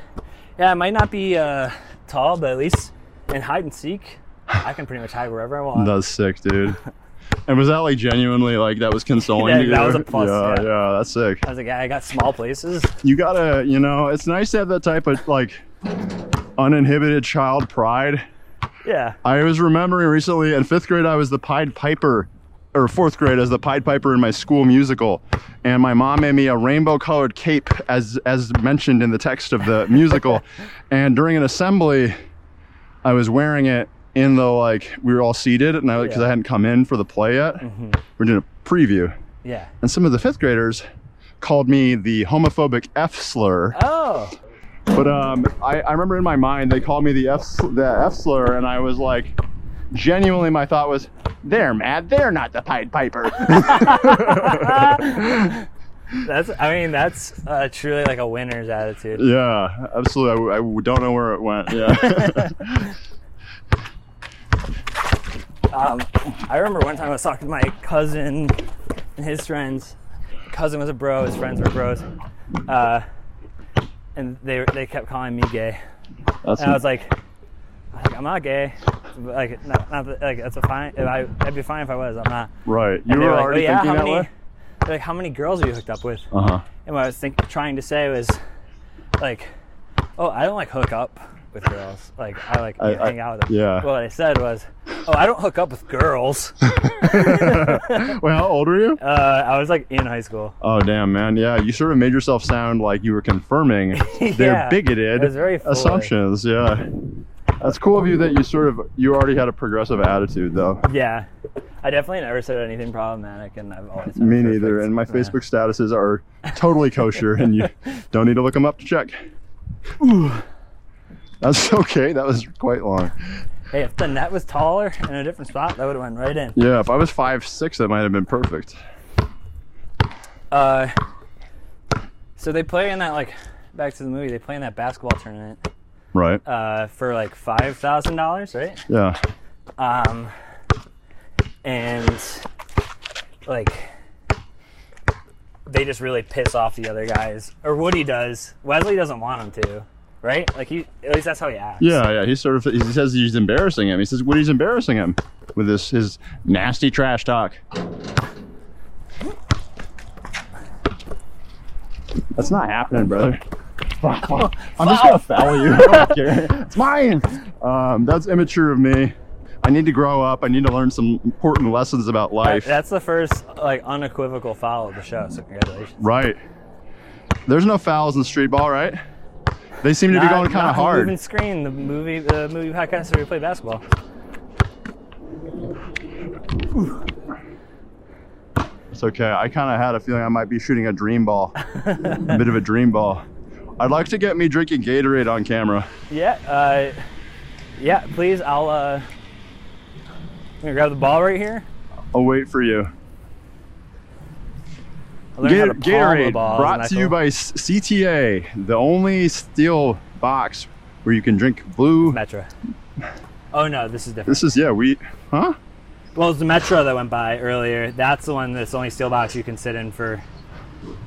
[SPEAKER 1] yeah i might not be uh tall but at least in hide and seek i can pretty much hide wherever i want
[SPEAKER 2] that's sick, dude. And was that like genuinely like that was consoling?
[SPEAKER 1] Yeah,
[SPEAKER 2] to
[SPEAKER 1] that
[SPEAKER 2] you?
[SPEAKER 1] was a plus,
[SPEAKER 2] Yeah,
[SPEAKER 1] yeah.
[SPEAKER 2] yeah, that's sick.
[SPEAKER 1] i was like yeah i got small places
[SPEAKER 2] You gotta, you know, it's nice to have that type of like uninhibited child pride.
[SPEAKER 1] yeah
[SPEAKER 2] I was remembering recently in fifth grade, I was the Pied Piper, or fourth grade as the Pied Piper in my school musical, and my mom made me a rainbow-colored cape, as as mentioned in the text of the musical, and during an assembly, I was wearing it in the like we were all seated, and I because
[SPEAKER 1] Yeah.
[SPEAKER 2] I hadn't come in for the play yet, we're doing a preview,
[SPEAKER 1] yeah
[SPEAKER 2] and some of the fifth graders called me the homophobic F slur.
[SPEAKER 1] oh
[SPEAKER 2] But um, I, I remember in my mind they called me the F the F slur, and I was like, genuinely, my thought was, they're mad, they're not the Pied Piper.
[SPEAKER 1] that's i mean that's uh, truly like a winner's attitude
[SPEAKER 2] yeah, absolutely. I w- I, w- don't know where it went. Yeah.
[SPEAKER 1] Um, I remember one time I was talking to my cousin and his friends. Cousin was a bro, his friends were bros, uh, and they they kept calling me gay,
[SPEAKER 2] That's
[SPEAKER 1] and I was like, I was like, I'm not gay. Like, not, not that, like that's a fine. If I, I'd be fine if I was. I'm not.
[SPEAKER 2] right. You
[SPEAKER 1] And they
[SPEAKER 2] were
[SPEAKER 1] like, "Oh,
[SPEAKER 2] already thinking
[SPEAKER 1] how
[SPEAKER 2] that
[SPEAKER 1] many?
[SPEAKER 2] way.
[SPEAKER 1] they're like, how many girls are you hooked up with?
[SPEAKER 2] Uh huh.
[SPEAKER 1] And what I was think, trying to say was, like, oh, I don't like hook up with girls. Like, I like
[SPEAKER 2] I- I-
[SPEAKER 1] hang out with them.
[SPEAKER 2] yeah.
[SPEAKER 1] Well, what I said was, oh, I don't hook up with girls.
[SPEAKER 2] Well, Uh-huh. how old were you?
[SPEAKER 1] Uh, I was like in high school.
[SPEAKER 2] Oh damn, man. Yeah, you sort of made yourself sound like you were confirming their
[SPEAKER 1] Yeah,
[SPEAKER 2] bigoted
[SPEAKER 1] it was very foolish.
[SPEAKER 2] assumptions. Yeah. That's cool of you that you sort of you already had a progressive attitude though.
[SPEAKER 1] Yeah, I definitely never said anything problematic, and I've always been
[SPEAKER 2] Me neither.
[SPEAKER 1] perfect.
[SPEAKER 2] And my
[SPEAKER 1] Yeah.
[SPEAKER 2] Facebook statuses are totally kosher, and you don't need to look them up to check. Ooh. That's okay. That was quite long.
[SPEAKER 1] Hey, if the net was taller in a different spot, that would have went right in.
[SPEAKER 2] Yeah, if I was five six, that might have been perfect.
[SPEAKER 1] Uh, So they play in that like back to the movie. They play in that basketball tournament
[SPEAKER 2] Right.
[SPEAKER 1] uh, for like five thousand dollars, right?
[SPEAKER 2] yeah.
[SPEAKER 1] Um, and like they just really piss off the other guys, or Woody does. Wesley doesn't want him to, right? Like he, at least that's how he acts.
[SPEAKER 2] Yeah, yeah. He sort of he says he's embarrassing him. He says Woody's embarrassing him with this his nasty trash talk. That's not happening, brother. Fuck, fuck. I'm just gonna foul you. I don't care. It's mine. Um, that's immature of me. I need to grow up. I need to learn some important lessons about
[SPEAKER 1] That-
[SPEAKER 2] life.
[SPEAKER 1] that's the first like unequivocal foul of the show. So congratulations.
[SPEAKER 2] right. There's no fouls in street ball, right? They seem to be
[SPEAKER 1] Not-
[SPEAKER 2] going kind
[SPEAKER 1] not
[SPEAKER 2] of hard.
[SPEAKER 1] Moving screen, the movie, the movie podcast where we play basketball.
[SPEAKER 2] It's okay. I kind of had a feeling I might be shooting a dream ball, a bit of a dream ball. I'd like to get me drinking Gatorade on camera.
[SPEAKER 1] Yeah, uh, yeah. Please, I'll. Uh, I'm gonna grab the ball right here.
[SPEAKER 2] I'll wait for you.
[SPEAKER 1] I'll learn how to
[SPEAKER 2] Gator-
[SPEAKER 1] palm the
[SPEAKER 2] Gatorade
[SPEAKER 1] ball.
[SPEAKER 2] brought
[SPEAKER 1] Isn't
[SPEAKER 2] to
[SPEAKER 1] that
[SPEAKER 2] you
[SPEAKER 1] cool?
[SPEAKER 2] by S- CTA, the only steel box where you can drink blue.
[SPEAKER 1] Metro. Oh no, this is different.
[SPEAKER 2] This is yeah, we huh?
[SPEAKER 1] Well, it's the Metro that went by earlier. That's the one that's only steel box you can sit in for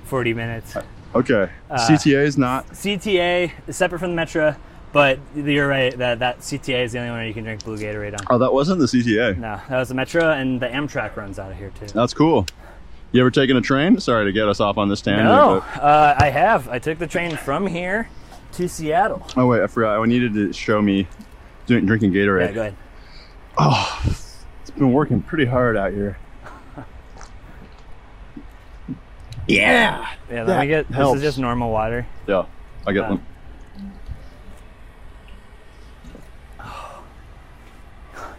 [SPEAKER 1] 40 minutes.
[SPEAKER 2] Okay.
[SPEAKER 1] Uh,
[SPEAKER 2] CTA is not.
[SPEAKER 1] CTA is separate from the Metro, but you're right that that CTA is the only one you can drink blue Gatorade on.
[SPEAKER 2] Oh, that wasn't the CTA.
[SPEAKER 1] No, that was the Metro, and the Amtrak runs out of here too.
[SPEAKER 2] That's cool. You ever taken a train? Sorry to get us off on this tangent.
[SPEAKER 1] No,
[SPEAKER 2] but-
[SPEAKER 1] uh, I have. I took the train from here to Seattle.
[SPEAKER 2] oh wait, I forgot. I needed to show me doing, drinking Gatorade.
[SPEAKER 1] Yeah, go ahead.
[SPEAKER 2] been working pretty hard out here. Yeah.
[SPEAKER 1] Yeah, let
[SPEAKER 2] That
[SPEAKER 1] me get. This
[SPEAKER 2] helps.
[SPEAKER 1] is just normal water.
[SPEAKER 2] Yeah, I get them.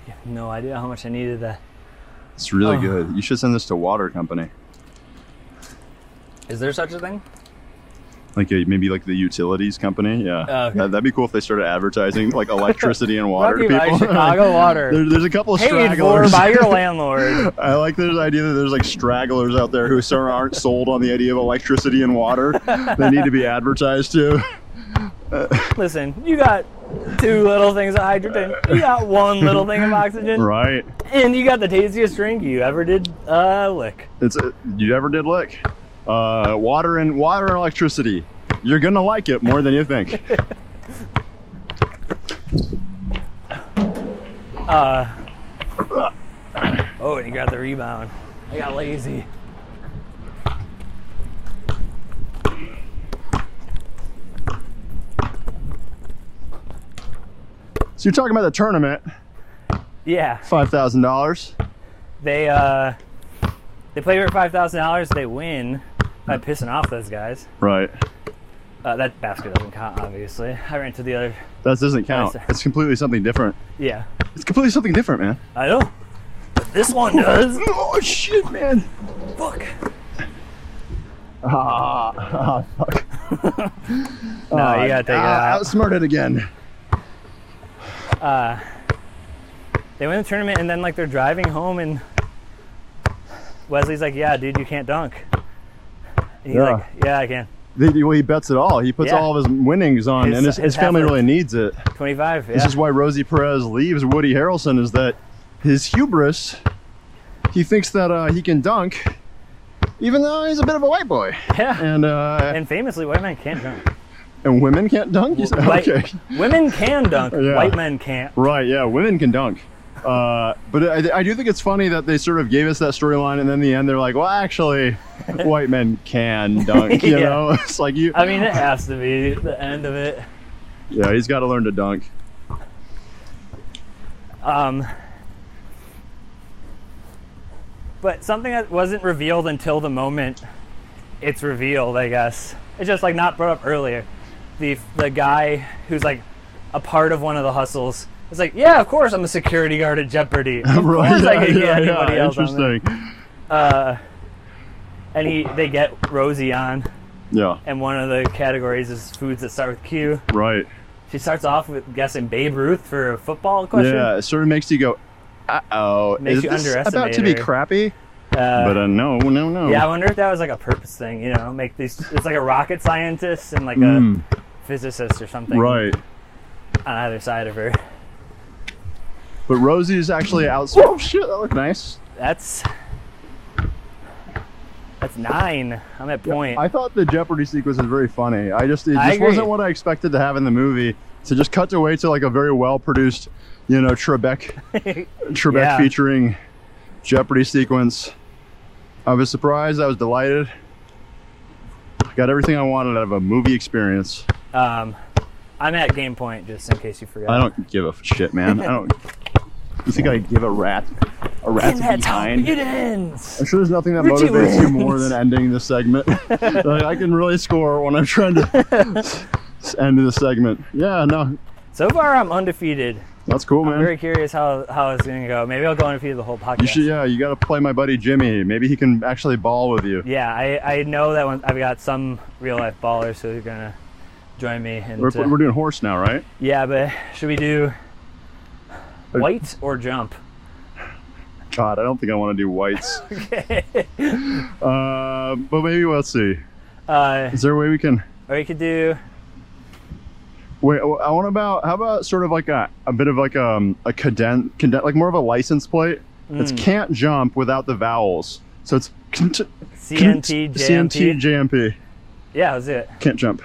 [SPEAKER 1] You have no idea how much I needed that.
[SPEAKER 2] It's
[SPEAKER 1] Oh.
[SPEAKER 2] really good. You should send this to water company,
[SPEAKER 1] Is there such a thing?
[SPEAKER 2] like a, maybe like the utilities company. Yeah,
[SPEAKER 1] Oh, okay.
[SPEAKER 2] that, would be cool if they started advertising like electricity and water to
[SPEAKER 1] Brought to you by
[SPEAKER 2] people.
[SPEAKER 1] Chicago Water.
[SPEAKER 2] There- there's a couple of
[SPEAKER 1] Paid for
[SPEAKER 2] stragglers.
[SPEAKER 1] by your landlord.
[SPEAKER 2] I like this idea that there's like stragglers out there who sort of aren't sold on the idea of electricity and water. they need to be advertised to.
[SPEAKER 1] Listen, you got two little things of hydrogen. You got one little thing of oxygen,
[SPEAKER 2] Right.
[SPEAKER 1] and you got the tastiest drink you ever did uh, lick.
[SPEAKER 2] It's uh, you ever did lick. Uh, water and water and electricity. You're gonna like it more than you think.
[SPEAKER 1] Oh, and you got the rebound. I got lazy.
[SPEAKER 2] so you're talking about the tournament,
[SPEAKER 1] Yeah,
[SPEAKER 2] five thousand dollars.
[SPEAKER 1] they uh, they play for five thousand dollars. They win by
[SPEAKER 2] Hmm.
[SPEAKER 1] pissing off those guys.
[SPEAKER 2] Right.
[SPEAKER 1] Uh, that basket doesn't count, obviously. I ran to the other.
[SPEAKER 2] That doesn't count.
[SPEAKER 1] Nice.
[SPEAKER 2] It's completely something different.
[SPEAKER 1] Yeah,
[SPEAKER 2] It's completely something different, man.
[SPEAKER 1] I know. But this one does.
[SPEAKER 2] Oh shit, man.
[SPEAKER 1] Fuck.
[SPEAKER 2] Ah, ah fuck.
[SPEAKER 1] No, you gotta take it
[SPEAKER 2] ah,
[SPEAKER 1] out.
[SPEAKER 2] outsmarted again.
[SPEAKER 1] They win the tournament and then like they're driving home and Wesley's like, "Yeah, dude, you can't dunk." And he's
[SPEAKER 2] Yeah.
[SPEAKER 1] like, "Yeah, I can."
[SPEAKER 2] They- well, he bets it all. He puts
[SPEAKER 1] Yeah.
[SPEAKER 2] all of his winnings on,
[SPEAKER 1] His-
[SPEAKER 2] and his, his,
[SPEAKER 1] his
[SPEAKER 2] family
[SPEAKER 1] effort.
[SPEAKER 2] really needs it.
[SPEAKER 1] Twenty-five. Yeah.
[SPEAKER 2] This is why Rosie Perez leaves Woody Harrelson is that his hubris, he thinks that uh, he can dunk, even though he's a bit of a white boy.
[SPEAKER 1] yeah.
[SPEAKER 2] And uh, and,
[SPEAKER 1] And famously, white men can't dunk.
[SPEAKER 2] women can't dunk? You said-
[SPEAKER 1] White,
[SPEAKER 2] okay.
[SPEAKER 1] Women can dunk.
[SPEAKER 2] Yeah.
[SPEAKER 1] White men can't.
[SPEAKER 2] Right, yeah, women can dunk. Uh, but I, I do think it's funny that they sort of gave us that storyline, and then in the end they're like, well, actually, white men can dunk. You
[SPEAKER 1] Yeah.
[SPEAKER 2] know, it's like you.
[SPEAKER 1] I mean, it has to be the end of it.
[SPEAKER 2] yeah, he's got to learn to dunk.
[SPEAKER 1] Um, but something that wasn't revealed until the moment it's revealed, I guess. It's just like not brought up earlier. The the guy who's like a part of one of the hustles is like, yeah, of course I'm a security guard at Jeopardy. Of
[SPEAKER 2] right,
[SPEAKER 1] course I
[SPEAKER 2] yeah,
[SPEAKER 1] could get
[SPEAKER 2] yeah, yeah,
[SPEAKER 1] anybody else on there.
[SPEAKER 2] Interesting.
[SPEAKER 1] And he they get Rosie on,
[SPEAKER 2] Yeah,
[SPEAKER 1] and one of the categories is foods that start with Q.
[SPEAKER 2] right.
[SPEAKER 1] She starts off with guessing Babe Ruth for a football question.
[SPEAKER 2] Yeah, it sort of makes you go, uh oh.
[SPEAKER 1] Makes
[SPEAKER 2] is
[SPEAKER 1] you
[SPEAKER 2] this
[SPEAKER 1] underestimate
[SPEAKER 2] about to be
[SPEAKER 1] her.
[SPEAKER 2] crappy?
[SPEAKER 1] Uh,
[SPEAKER 2] But uh, no, no, no.
[SPEAKER 1] yeah, I wonder if that was like a purpose thing. You know, make these. It's like a rocket scientist and like
[SPEAKER 2] Mm,
[SPEAKER 1] a physicist or something
[SPEAKER 2] right.
[SPEAKER 1] on either side of her.
[SPEAKER 2] But Rosie is actually out. Oh shit, that looked nice.
[SPEAKER 1] That's that's nine. I'm at point.
[SPEAKER 2] I thought the Jeopardy sequence was very funny. I just it
[SPEAKER 1] I
[SPEAKER 2] just
[SPEAKER 1] agree.
[SPEAKER 2] wasn't what I expected to have in the movie. To just cut away to like a very well produced, you know, Trebek Trebek
[SPEAKER 1] Yeah.
[SPEAKER 2] featuring Jeopardy sequence. I was surprised. I was delighted. Got everything I wanted out of a movie experience.
[SPEAKER 1] um, I'm at game point, just in case you forgot.
[SPEAKER 2] I don't give a shit, man. I don't. You think I give a rat a rat's
[SPEAKER 1] In that top,
[SPEAKER 2] behind?
[SPEAKER 1] it ends.
[SPEAKER 2] I'm sure there's nothing that
[SPEAKER 1] Richie
[SPEAKER 2] motivates you
[SPEAKER 1] wins.
[SPEAKER 2] more than ending the segment. Like, I can really score when I'm trying to end the segment. Yeah, no,
[SPEAKER 1] So far, I'm undefeated.
[SPEAKER 2] that's cool, man.
[SPEAKER 1] I'm very curious how how it's gonna go. Maybe I'll go undefeated the whole podcast.
[SPEAKER 2] you should, yeah, you got to play my buddy Jimmy. Maybe he can actually ball with you.
[SPEAKER 1] Yeah, I, I know that one. I've got some real life ballers who are gonna join me. And
[SPEAKER 2] We're,
[SPEAKER 1] uh,
[SPEAKER 2] we're doing horse now, right?
[SPEAKER 1] yeah, but should we do white or jump?
[SPEAKER 2] God, I don't think I want to do whites.
[SPEAKER 1] uh,
[SPEAKER 2] uh, but maybe let's see.
[SPEAKER 1] Uh, or
[SPEAKER 2] Is there a way we can?
[SPEAKER 1] we could do
[SPEAKER 2] Wait, I want about how about sort of like a, a bit of like um, a caden caden like more of a license plate. It's can't jump without the vowels, so it's cnt-
[SPEAKER 1] CNT, JMT.
[SPEAKER 2] CNT JMP.
[SPEAKER 1] Yeah, that's it.
[SPEAKER 2] Can't jump.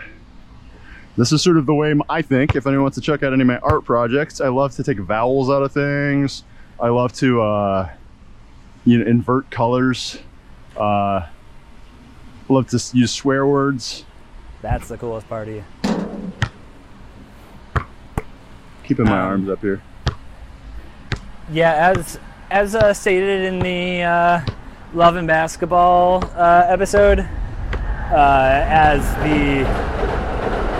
[SPEAKER 2] This is sort of the way m- I think. If anyone wants to check out any of my art projects, I love to take vowels out of things. I love to, uh, you know, invert colors. Uh, love to s- use swear words.
[SPEAKER 1] That's the coolest part of you.
[SPEAKER 2] Keeping my
[SPEAKER 1] Um,
[SPEAKER 2] arms up here.
[SPEAKER 1] Yeah, as as uh, stated in the uh, Love and Basketball uh, episode, uh, as the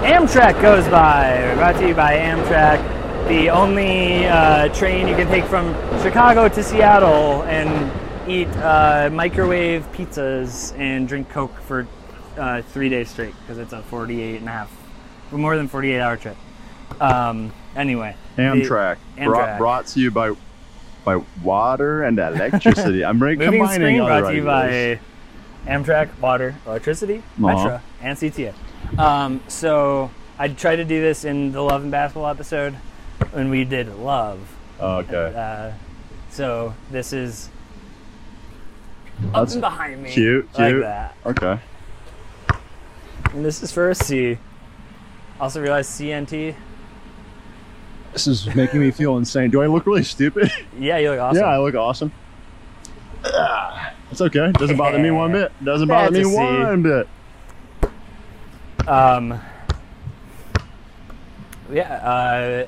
[SPEAKER 1] Amtrak goes by, brought to you by Amtrak, the only uh, train you can take from Chicago to Seattle and eat uh, microwave pizzas and drink Coke for uh, three days straight because it's a 48 and a half, more than 48 hour trip. Um, anyway, the-
[SPEAKER 2] Amtrak,
[SPEAKER 1] Amtrak.
[SPEAKER 2] Brought, brought to you by by water and electricity. I'm re-
[SPEAKER 1] Moving Screen
[SPEAKER 2] combining all the
[SPEAKER 1] brought to you
[SPEAKER 2] right
[SPEAKER 1] by Amtrak, Water, Electricity, Metro,
[SPEAKER 2] Uh-huh.
[SPEAKER 1] and CTA. Um, so I tried to do this in the Love and Basketball episode when we did Love.
[SPEAKER 2] words. Oh, Okay,
[SPEAKER 1] Uh, so this is up
[SPEAKER 2] That's
[SPEAKER 1] and behind me.
[SPEAKER 2] cute,
[SPEAKER 1] Like
[SPEAKER 2] cute.
[SPEAKER 1] that.
[SPEAKER 2] okay.
[SPEAKER 1] And this is for a C. Also realized CNT.
[SPEAKER 2] This is making me feel insane. Do I look really stupid?
[SPEAKER 1] Yeah, you look awesome.
[SPEAKER 2] Yeah, I look awesome. Ah, It's okay. Doesn't bother me one bit. Doesn't bother
[SPEAKER 1] That's
[SPEAKER 2] me
[SPEAKER 1] a C.
[SPEAKER 2] one bit.
[SPEAKER 1] Um, yeah,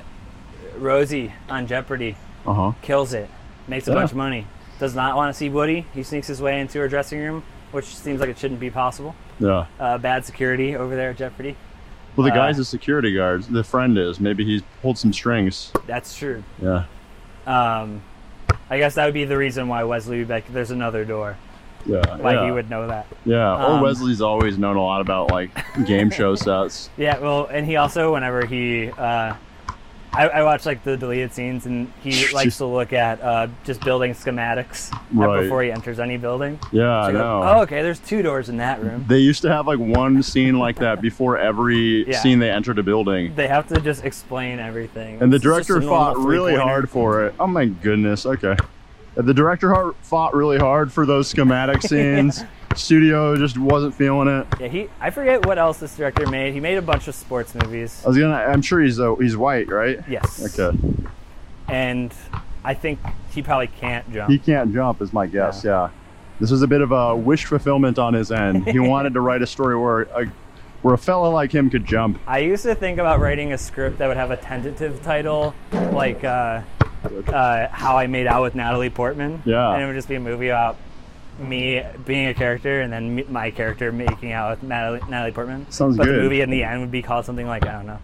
[SPEAKER 1] uh, Rosie on Jeopardy.
[SPEAKER 2] Uh huh.
[SPEAKER 1] kills it, makes a
[SPEAKER 2] Yeah.
[SPEAKER 1] bunch of money. Does not want to see Woody. He sneaks his way into her dressing room, which seems like it shouldn't be possible.
[SPEAKER 2] Yeah.
[SPEAKER 1] Uh, bad security over there at Jeopardy.
[SPEAKER 2] Well, the
[SPEAKER 1] Uh,
[SPEAKER 2] guy's a security guard. The friend is. Maybe he's pulled some strings.
[SPEAKER 1] That's true.
[SPEAKER 2] Yeah.
[SPEAKER 1] Um, I guess that would be the reason why Wesley would be like, there's another door.
[SPEAKER 2] Yeah.
[SPEAKER 1] Why
[SPEAKER 2] yeah.
[SPEAKER 1] he would know that.
[SPEAKER 2] Yeah.
[SPEAKER 1] um,
[SPEAKER 2] or Wesley's always known a lot about like game show sets.
[SPEAKER 1] Yeah, well, and he also, whenever he, uh, I, I watch like the deleted scenes, and he likes to look at uh, just building schematics
[SPEAKER 2] Right.
[SPEAKER 1] before he enters any building.
[SPEAKER 2] Yeah, I
[SPEAKER 1] So he goes,
[SPEAKER 2] know.
[SPEAKER 1] Oh, okay. There's two doors in that room.
[SPEAKER 2] They used to have like one scene like that before every
[SPEAKER 1] Yeah.
[SPEAKER 2] scene they entered a building.
[SPEAKER 1] They have to just explain everything.
[SPEAKER 2] And the
[SPEAKER 1] It's just
[SPEAKER 2] director
[SPEAKER 1] a normal
[SPEAKER 2] fought really
[SPEAKER 1] three-pointer.
[SPEAKER 2] hard for it. Oh my goodness. Okay. And The director har- fought really hard for those schematic scenes. Studio just wasn't feeling it.
[SPEAKER 1] Yeah, he. I forget what else this director made. He made a bunch of sports movies.
[SPEAKER 2] I was gonna. I'm sure he's uh, he's white, right?
[SPEAKER 1] Yes.
[SPEAKER 2] Okay.
[SPEAKER 1] And I think he probably can't jump.
[SPEAKER 2] He can't jump, is my guess. Yeah. This was a bit of a wish fulfillment on his end. He wanted to write a story where a where a fella like him could jump.
[SPEAKER 1] I used to think about writing a script that would have a tentative title, like uh, uh, "How I Made Out with Natalie Portman."
[SPEAKER 2] Yeah.
[SPEAKER 1] And it would just be a movie about me being a character and then me, my character making out with Natalie, Natalie Portman.
[SPEAKER 2] Sounds
[SPEAKER 1] but
[SPEAKER 2] good.
[SPEAKER 1] the movie in the end would be called something like I don't know,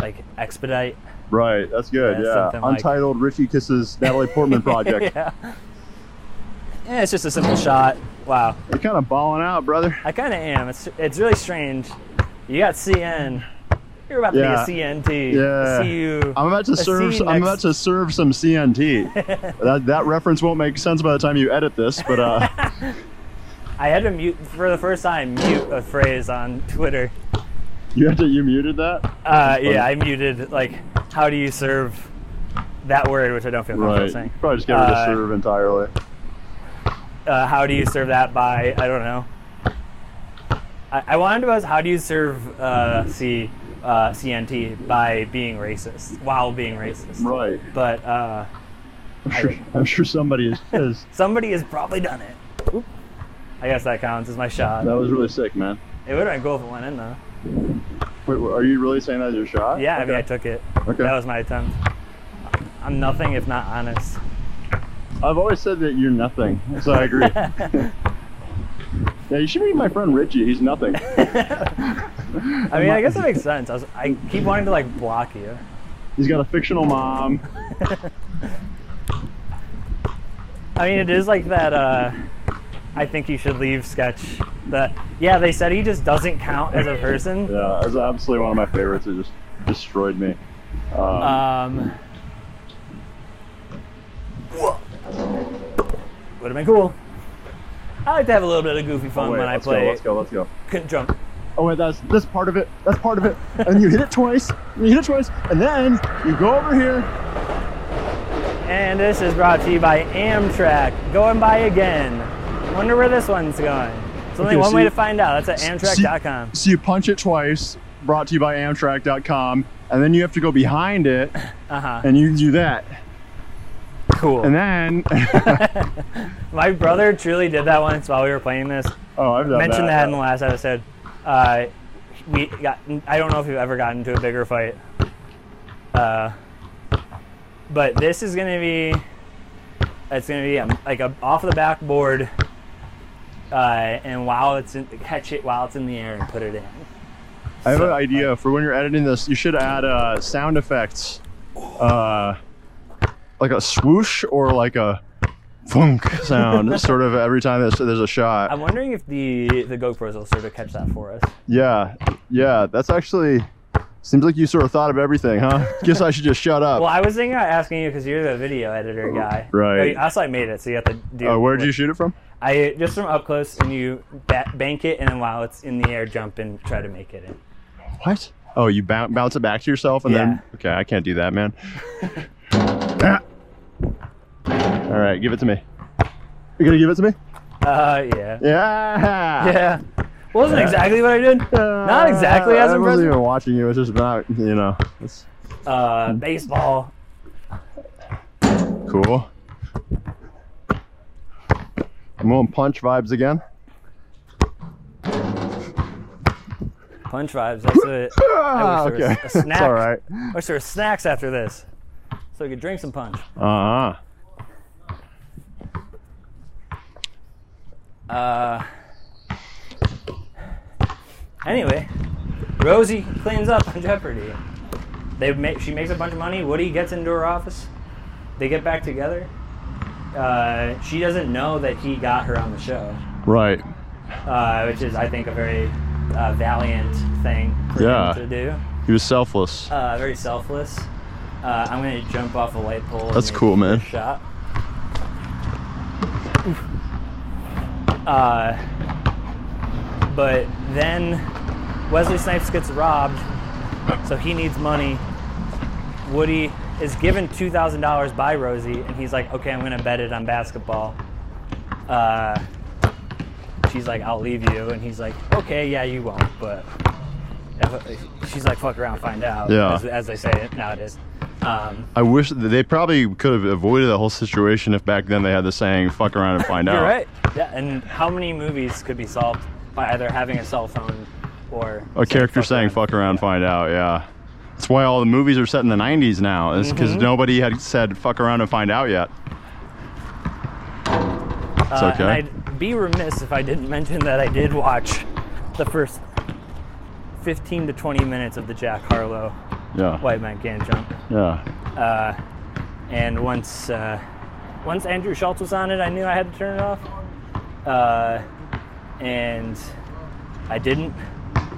[SPEAKER 1] like Expedite.
[SPEAKER 2] Right. That's good.
[SPEAKER 1] Yeah,
[SPEAKER 2] Yeah.
[SPEAKER 1] something like-
[SPEAKER 2] Untitled Richie kisses Natalie Portman project.
[SPEAKER 1] yeah. Yeah, it's just a simple shot. Wow.
[SPEAKER 2] You're kind of balling out, brother.
[SPEAKER 1] I kind of am. It's it's really strange. You got CN, You're about
[SPEAKER 2] Yeah.
[SPEAKER 1] to be a CNT.
[SPEAKER 2] Yeah.
[SPEAKER 1] See you.
[SPEAKER 2] I'm about to
[SPEAKER 1] I
[SPEAKER 2] serve.
[SPEAKER 1] see you
[SPEAKER 2] I'm
[SPEAKER 1] next-
[SPEAKER 2] about to serve some CNT. that, that reference won't make sense by the time you edit this, but uh,
[SPEAKER 1] I had to mute for the first time. Mute a phrase on Twitter.
[SPEAKER 2] you had to, you muted that.
[SPEAKER 1] Uh, yeah, I muted like how do you serve that word, which I don't feel comfortable
[SPEAKER 2] Right.
[SPEAKER 1] saying.
[SPEAKER 2] Probably just get rid
[SPEAKER 1] Uh,
[SPEAKER 2] of serve entirely.
[SPEAKER 1] uh, how do you serve that by I don't know. I, I wanted to ask how do you serve uh, C uh, CNT by being racist while being racist,
[SPEAKER 2] Right.
[SPEAKER 1] but uh,
[SPEAKER 2] I'm sure, I'm sure somebody is, is.
[SPEAKER 1] somebody has probably done it. Oop. I guess that counts as my shot.
[SPEAKER 2] That was really sick, man.
[SPEAKER 1] It would have been cool if it went in though.
[SPEAKER 2] Wait, are you really saying that's your shot?
[SPEAKER 1] Yeah, I
[SPEAKER 2] Okay.
[SPEAKER 1] mean I took it.
[SPEAKER 2] Okay.
[SPEAKER 1] That was my attempt. I'm nothing if not honest.
[SPEAKER 2] I've always said that you're nothing, so I agree. yeah, you should meet my friend Richie. He's nothing.
[SPEAKER 1] I mean I guess that makes sense. I, was, I keep wanting to like block you.
[SPEAKER 2] He's got a fictional mom.
[SPEAKER 1] I mean, it is like that. Uh, I think you should leave sketch. That yeah, they said he just doesn't count as a person.
[SPEAKER 2] Yeah, that's absolutely one of my favorites. It just destroyed me. Um,
[SPEAKER 1] Um, would have been cool. I like to have a little bit of goofy fun
[SPEAKER 2] oh, wait,
[SPEAKER 1] when I
[SPEAKER 2] let's
[SPEAKER 1] play.
[SPEAKER 2] Go, let's go. Let's go.
[SPEAKER 1] Couldn't jump.
[SPEAKER 2] Oh wait, that's that's part of it. That's part of it. And you hit it twice. You hit it twice, and then you go over here.
[SPEAKER 1] And this is brought to you by Amtrak. Going by again. Wonder where this one's going. It's only
[SPEAKER 2] Okay,
[SPEAKER 1] one
[SPEAKER 2] so
[SPEAKER 1] way
[SPEAKER 2] you-
[SPEAKER 1] to find out. That's at Amtrak.com.
[SPEAKER 2] So you punch it twice. Brought to you by Amtrak.com, and then you have to go behind it,
[SPEAKER 1] Uh huh.
[SPEAKER 2] and you do that,
[SPEAKER 1] Cool.
[SPEAKER 2] and then.
[SPEAKER 1] My brother truly did that once while we were playing this.
[SPEAKER 2] oh, I've done
[SPEAKER 1] mentioned that
[SPEAKER 2] that.
[SPEAKER 1] in the last episode. Uh, we got. I don't know if we've ever gotten into a bigger fight. Uh, but this is gonna be. It's gonna be um like a off the backboard. Uh, and while it's in, catch it while it's in the air and put it in.
[SPEAKER 2] I have an idea for when you're editing this. You should add uh, sound effects, uh, like a swoosh or like a funk sound, sort of every time there's, there's a shot.
[SPEAKER 1] I'm wondering if the the GoPros will sort of catch that for us.
[SPEAKER 2] Yeah, yeah. That's actually seems like you sort of thought of everything, huh? Guess I should just shut up.
[SPEAKER 1] Well, I was thinking about asking you because you're the video editor guy.
[SPEAKER 2] Right.
[SPEAKER 1] I also I made it, so you have to do.
[SPEAKER 2] Uh, where'd you shoot it from?
[SPEAKER 1] I just from up close, and you ba- bank it, and then while it's in the air, jump and try to make it in.
[SPEAKER 2] What? Oh, you boun bounce it back to yourself and then. Okay, I can't do that, man. Ah. All right, give it to me. You gonna give it to me?
[SPEAKER 1] Uh, yeah.
[SPEAKER 2] Yeah.
[SPEAKER 1] Yeah. Wasn't exactly what I did. Not exactly as
[SPEAKER 2] Uh, I wasn't
[SPEAKER 1] impressive.
[SPEAKER 2] even watching you. It's just about you know. It's
[SPEAKER 1] Uh, baseball.
[SPEAKER 2] cool. I'm going punch vibes again.
[SPEAKER 1] Punch vibes. That's it.
[SPEAKER 2] Ah,
[SPEAKER 1] wish there was
[SPEAKER 2] okay,
[SPEAKER 1] a
[SPEAKER 2] That's
[SPEAKER 1] snack.
[SPEAKER 2] all right.
[SPEAKER 1] Wish there were snacks after this, so we could drink some punch.
[SPEAKER 2] Uh huh.
[SPEAKER 1] Uh. Anyway, Rosie cleans up on Jeopardy. They make she makes a bunch of money. Woody gets into her office. They get back together. Uh, she doesn't know that he got her on the show,
[SPEAKER 2] Right.
[SPEAKER 1] uh, which is, I think, a very uh, valiant thing for
[SPEAKER 2] Yeah.
[SPEAKER 1] him to do.
[SPEAKER 2] He was selfless.
[SPEAKER 1] Uh, very selfless. Uh, I'm gonna jump off a light pole. and
[SPEAKER 2] That's
[SPEAKER 1] make
[SPEAKER 2] cool, man.
[SPEAKER 1] a Shot. Uh, but then Wesley Snipes gets robbed, so he needs money. Woody is given two thousand dollars by Rosie, and he's like, "Okay, I'm gonna bet it on basketball." Uh, she's like, "I'll leave you," and he's like, "Okay, yeah, you won't," but if- she's like, "Fuck around, find out,"
[SPEAKER 2] Yeah.
[SPEAKER 1] as, as they say it nowadays. Um,
[SPEAKER 2] I wish that they probably could have avoided the whole situation if back then they had the saying "fuck around and find out."
[SPEAKER 1] You're right. Yeah, and how many movies could be solved by either having a cell phone or
[SPEAKER 2] A character saying
[SPEAKER 1] around?
[SPEAKER 2] "fuck around, and find out." Yeah. That's why all the movies are set in the '90s now, is because
[SPEAKER 1] Mm-hmm.
[SPEAKER 2] nobody had said "fuck around and find out" yet. It's
[SPEAKER 1] Uh,
[SPEAKER 2] okay.
[SPEAKER 1] And I'd be remiss if I didn't mention that I did watch the first 15 to 20 minutes of the Jack Harlow
[SPEAKER 2] yeah.
[SPEAKER 1] White Man Can't Jump.
[SPEAKER 2] Yeah.
[SPEAKER 1] Uh, and once uh, once Andrew Schultz was on it, I knew I had to turn it off. Uh, and I didn't.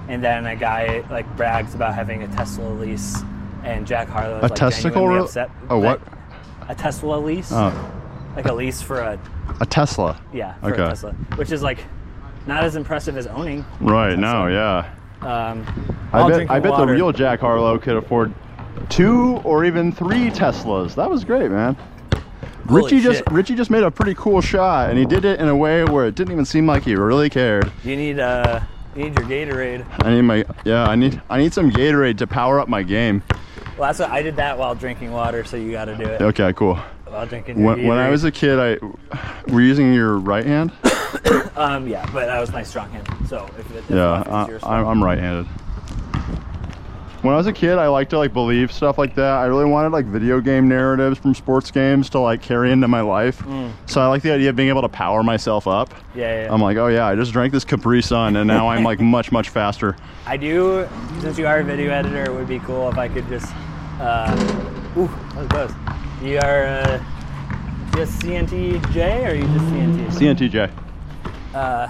[SPEAKER 1] and then a guy like brags about having a Tesla lease, and Jack Harlow is
[SPEAKER 2] A
[SPEAKER 1] like
[SPEAKER 2] testicle
[SPEAKER 1] genuinely
[SPEAKER 2] re-
[SPEAKER 1] upset.
[SPEAKER 2] a what?
[SPEAKER 1] A Tesla lease,
[SPEAKER 2] Oh,
[SPEAKER 1] like a lease for a
[SPEAKER 2] a Tesla.
[SPEAKER 1] yeah for
[SPEAKER 2] Okay.
[SPEAKER 1] a Tesla, which is like not as impressive as owning.
[SPEAKER 2] Right. No. Yeah.
[SPEAKER 1] Um,
[SPEAKER 2] I
[SPEAKER 1] while
[SPEAKER 2] bet.
[SPEAKER 1] drinking
[SPEAKER 2] I bet
[SPEAKER 1] water.
[SPEAKER 2] the real Jack Harlow could afford two or even three Teslas. That was great, man.
[SPEAKER 1] Holy
[SPEAKER 2] Richie just
[SPEAKER 1] shit.
[SPEAKER 2] Richie just made a pretty cool shot, and he did it in a way where it didn't even seem like he really cared.
[SPEAKER 1] You need uh, you need your Gatorade.
[SPEAKER 2] I need my yeah. I need I need some Gatorade to power up my game.
[SPEAKER 1] Well, that's what I did that while drinking water, so you got to do it
[SPEAKER 2] Okay, cool.
[SPEAKER 1] while drinking. Your
[SPEAKER 2] When, when I
[SPEAKER 1] Gatorade.
[SPEAKER 2] was a kid, I were you using your right hand.
[SPEAKER 1] um, yeah, but that was my strong hand. So if it, if
[SPEAKER 2] Yeah,
[SPEAKER 1] it's your
[SPEAKER 2] I,
[SPEAKER 1] strong-
[SPEAKER 2] I'm, I'm right-handed. When I was a kid, I liked to like believe stuff like that. I really wanted like video game narratives from sports games to like carry into my life. So I like the idea of being able to power myself up.
[SPEAKER 1] Mm. yeah, yeah.
[SPEAKER 2] I'm like, oh yeah, I just drank this Capri Sun, and now I'm like much much faster.
[SPEAKER 1] I do. Since you are a video editor, it would be cool if I could just. Uh, ooh, that was close. You are uh, just CNTJ, or are you just CNT?
[SPEAKER 2] CNTJ.
[SPEAKER 1] Uh,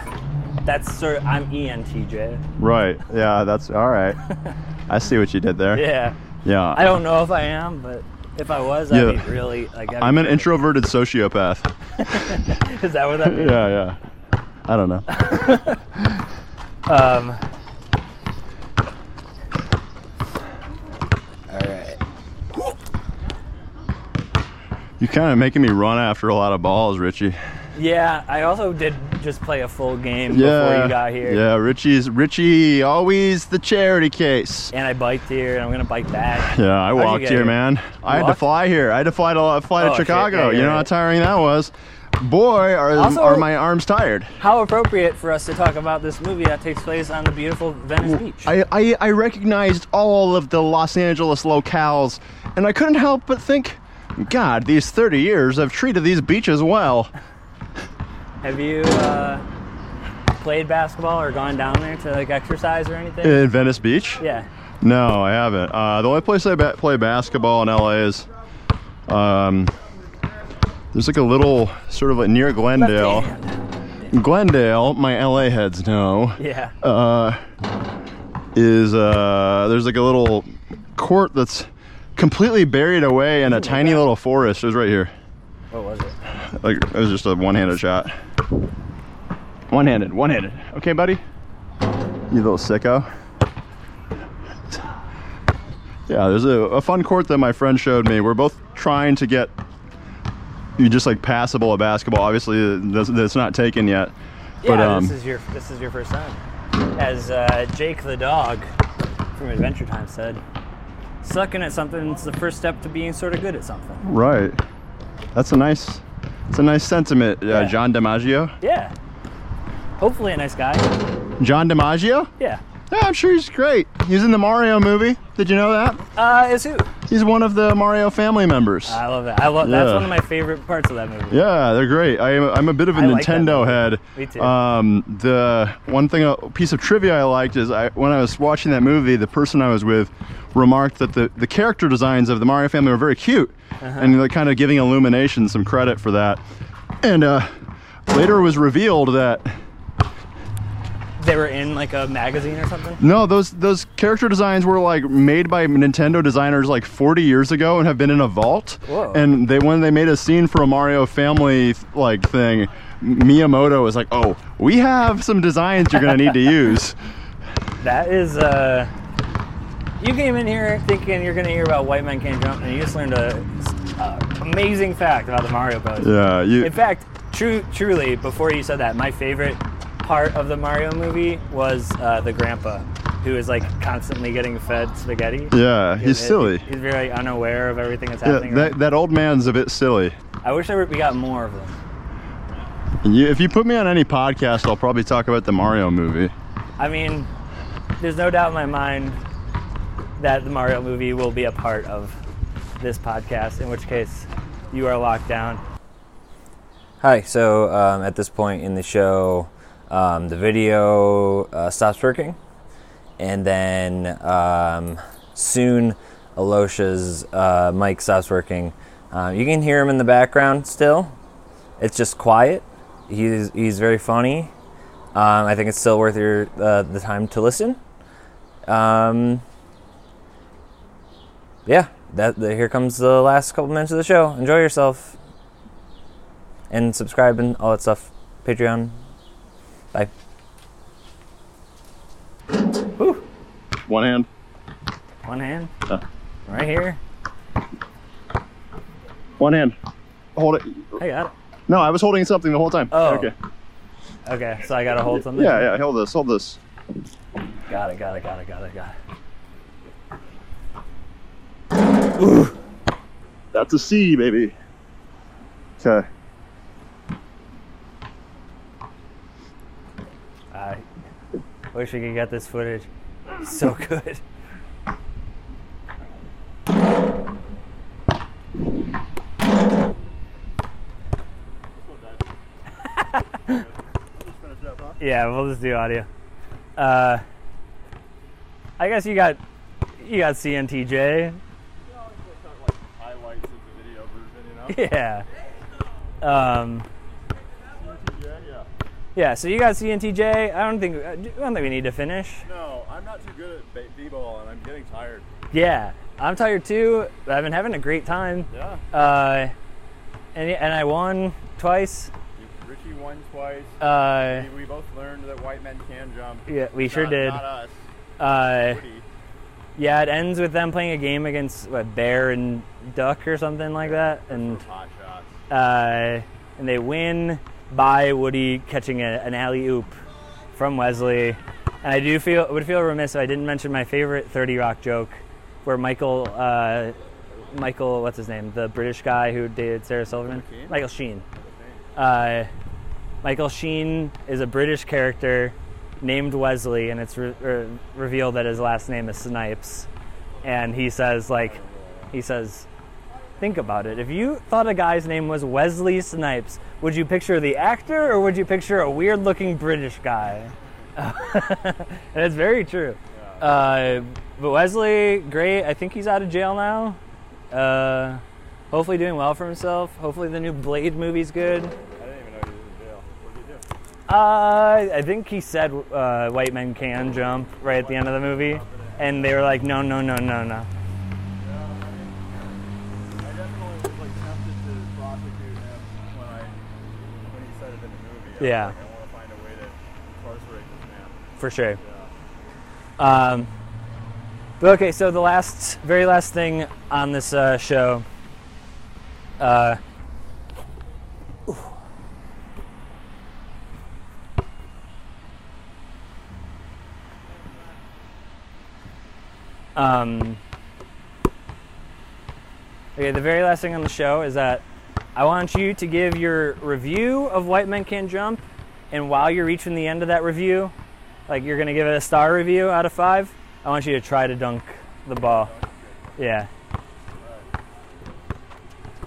[SPEAKER 1] That's sort. I'm E ENTJ.
[SPEAKER 2] Right. Yeah. That's all right. I see what you did there.
[SPEAKER 1] Yeah.
[SPEAKER 2] Yeah.
[SPEAKER 1] I don't know if I am, but if I was, I'd
[SPEAKER 2] Yeah.
[SPEAKER 1] be really like. I'd
[SPEAKER 2] I'm
[SPEAKER 1] be
[SPEAKER 2] an introverted sociopath.
[SPEAKER 1] Is that what that means?
[SPEAKER 2] Yeah. Yeah. I don't know.
[SPEAKER 1] Um. All right.
[SPEAKER 2] You're kind of making me run after a lot of balls, Richie.
[SPEAKER 1] Yeah, I also did just play a full game before you got here.
[SPEAKER 2] Yeah, Richie's Richie always the charity case.
[SPEAKER 1] And I biked here, and I'm gonna bike back.
[SPEAKER 2] Yeah, I
[SPEAKER 1] you
[SPEAKER 2] walked
[SPEAKER 1] get
[SPEAKER 2] here,
[SPEAKER 1] here?
[SPEAKER 2] man. I had to
[SPEAKER 1] walked?
[SPEAKER 2] fly here. I had to fly to fly to
[SPEAKER 1] Oh, shit.
[SPEAKER 2] Chicago.
[SPEAKER 1] Yeah, yeah,
[SPEAKER 2] you know
[SPEAKER 1] yeah.
[SPEAKER 2] how tiring that was. Boy, are
[SPEAKER 1] Also-
[SPEAKER 2] are my arms tired.
[SPEAKER 1] How appropriate for us to talk about this movie that takes place on the beautiful Venice Beach.
[SPEAKER 2] I, I I recognized all of the Los Angeles locales, and I couldn't help but think, God, these 30 years have treated these beaches well.
[SPEAKER 1] Have you uh, played basketball or gone down there to like exercise or anything?
[SPEAKER 2] In Venice Beach.
[SPEAKER 1] yeah.
[SPEAKER 2] No, I haven't. Uh, the only place I ba- play basketball in LA is um, there's like a little sort of like near Glendale. Glendale, my LA heads know,
[SPEAKER 1] Yeah.
[SPEAKER 2] uh, is uh, there's like a little court that's completely buried away in a tiny little forest. It was right here.
[SPEAKER 1] what was it?
[SPEAKER 2] Like it was just a one-handed shot. One-handed, one-handed. Okay, buddy. You little sicko. Yeah, there's a, a fun court that my friend showed me. We're both trying to get you just like passable a basketball. Obviously, that's, that's not taken yet.
[SPEAKER 1] Yeah,
[SPEAKER 2] but um,
[SPEAKER 1] this is your this is your first time. As uh, Jake the dog from Adventure Time said, sucking at something is the first step to being sort of good at something.
[SPEAKER 2] right, that's a nice, it's a nice sentiment. Uh,
[SPEAKER 1] Yeah.
[SPEAKER 2] John DiMaggio.
[SPEAKER 1] Yeah. Hopefully a nice guy.
[SPEAKER 2] John DiMaggio.
[SPEAKER 1] Yeah.
[SPEAKER 2] Yeah, I'm sure he's great. He's in the Mario movie. Did you know that?
[SPEAKER 1] Uh, is who?
[SPEAKER 2] He's one of the Mario family members.
[SPEAKER 1] I love that. I love that's
[SPEAKER 2] Yeah.
[SPEAKER 1] one of my favorite parts of that movie.
[SPEAKER 2] Yeah, they're great. I am, I'm a bit of a
[SPEAKER 1] I like that
[SPEAKER 2] Nintendo
[SPEAKER 1] movie.
[SPEAKER 2] head.
[SPEAKER 1] Me too.
[SPEAKER 2] Um, the one thing, a piece of trivia I liked is I, when I was watching that movie, the person I was with remarked that the, the character designs of the Mario family were very cute,
[SPEAKER 1] Uh-huh.
[SPEAKER 2] and like kind of giving Illumination some credit for that. And uh, later it was revealed that
[SPEAKER 1] They were in like a magazine or something.
[SPEAKER 2] no, those those character designs were like made by Nintendo designers like 40 years ago and have been in a vault.
[SPEAKER 1] Whoa.
[SPEAKER 2] And they when they made a scene for a Mario family like thing, Miyamoto was like, "Oh, we have some designs you're gonna need to use."
[SPEAKER 1] That is uh you came in here thinking you're gonna hear about white men can't jump, and you just learned a, a amazing fact about the Mario Bros.
[SPEAKER 2] Yeah, you.
[SPEAKER 1] In fact, true, truly, before you said that, my favorite part of the Mario movie was uh, the grandpa, who is like constantly getting fed spaghetti.
[SPEAKER 2] yeah,
[SPEAKER 1] He-
[SPEAKER 2] he's
[SPEAKER 1] he-
[SPEAKER 2] silly.
[SPEAKER 1] He's very unaware of everything that's
[SPEAKER 2] Yeah,
[SPEAKER 1] happening.
[SPEAKER 2] that, that old man's a bit silly.
[SPEAKER 1] I wish I were, we got more of them.
[SPEAKER 2] You, if you put me on any podcast, I'll probably talk about the Mario movie.
[SPEAKER 1] I mean, there's no doubt in my mind that the Mario movie will be a part of this podcast. In which case, you are locked down.
[SPEAKER 4] Hi. So um, at this point in the show, um, the video uh, stops working, and then um, soon Alosha's uh, mic stops working. Uh, you can hear him in the background still. It's just quiet. He's he's very funny. Um, I think it's still worth your uh, the time to listen.
[SPEAKER 6] Um, yeah, that, the, here comes the last couple minutes of the show. Enjoy yourself. And subscribe and all that stuff. Patreon. Bye.
[SPEAKER 7] One hand.
[SPEAKER 1] One hand,
[SPEAKER 7] Uh,
[SPEAKER 1] right here.
[SPEAKER 7] one hand. Hold it.
[SPEAKER 1] I got it.
[SPEAKER 7] No, I was holding something the whole time.
[SPEAKER 1] Oh.
[SPEAKER 7] Okay.
[SPEAKER 1] Okay, so I gotta hold something.
[SPEAKER 7] Yeah, yeah. Hold this. Hold this.
[SPEAKER 1] Got it. Got it. Got it. Got it. Got it.
[SPEAKER 7] That's a C, baby. Okay.
[SPEAKER 1] I wish we could get this footage. So good. yeah, we'll just do audio. Uh, I guess you got you got CNTJ.
[SPEAKER 7] Highlights of the video version, you know?
[SPEAKER 1] Yeah. Um,
[SPEAKER 7] Yeah, yeah.
[SPEAKER 1] yeah. So you got CNTJ. I don't think I don't think we need to finish.
[SPEAKER 7] No, I'm not too good at b-ball, and I'm getting tired.
[SPEAKER 1] Yeah, I'm tired too. but I've been having a great time.
[SPEAKER 7] Yeah.
[SPEAKER 1] Uh, and and I won twice.
[SPEAKER 7] Richie won twice.
[SPEAKER 1] Uh,
[SPEAKER 7] we both learned that white men can jump.
[SPEAKER 1] yeah, we sure
[SPEAKER 7] Not-
[SPEAKER 1] did.
[SPEAKER 7] Not us.
[SPEAKER 1] Uh,
[SPEAKER 7] Woody.
[SPEAKER 1] yeah, it ends with them playing a game against what bear and duck or something like that, and
[SPEAKER 7] Hot shots.
[SPEAKER 1] uh, and they win by Woody catching a, an alley oop from Wesley. And I do feel would feel remiss if I didn't mention my favorite Thirty Rock joke, where Michael uh, Michael what's his name the British guy who dated Sarah Silverman Michael Sheen. Uh, Michael Sheen is a British character named Wesley, and it's re- er, revealed that his last name is Snipes. And he says like he says Think about it. If you thought a guy's name was Wesley Snipes, would you picture the actor or would you picture a weird looking British guy? and it's very true. Uh, but Wesley, great. I think he's out of jail now. Uh, hopefully, doing well for himself. Hopefully, the new Blade movie's good.
[SPEAKER 7] I didn't even know he was in jail. What did he do?
[SPEAKER 1] Uh, I think he said uh, white men can jump right at the end of the movie. And they were like, no, no, no, no, no.
[SPEAKER 7] I definitely was like tempted to prosecute him when I when he said it in the movie. I was
[SPEAKER 1] Yeah.
[SPEAKER 7] like, I want to find a way to incarcerate this man.
[SPEAKER 1] for sure. Um, but okay, so the last, very last thing on this uh, show. Uh, ooh. Um, okay, the very last thing on the show is that I want you to give your review of White Men Can Jump, and while you're reaching the end of that review, like you're gonna give it a star review out of five. I want you to try to dunk the ball. Yeah.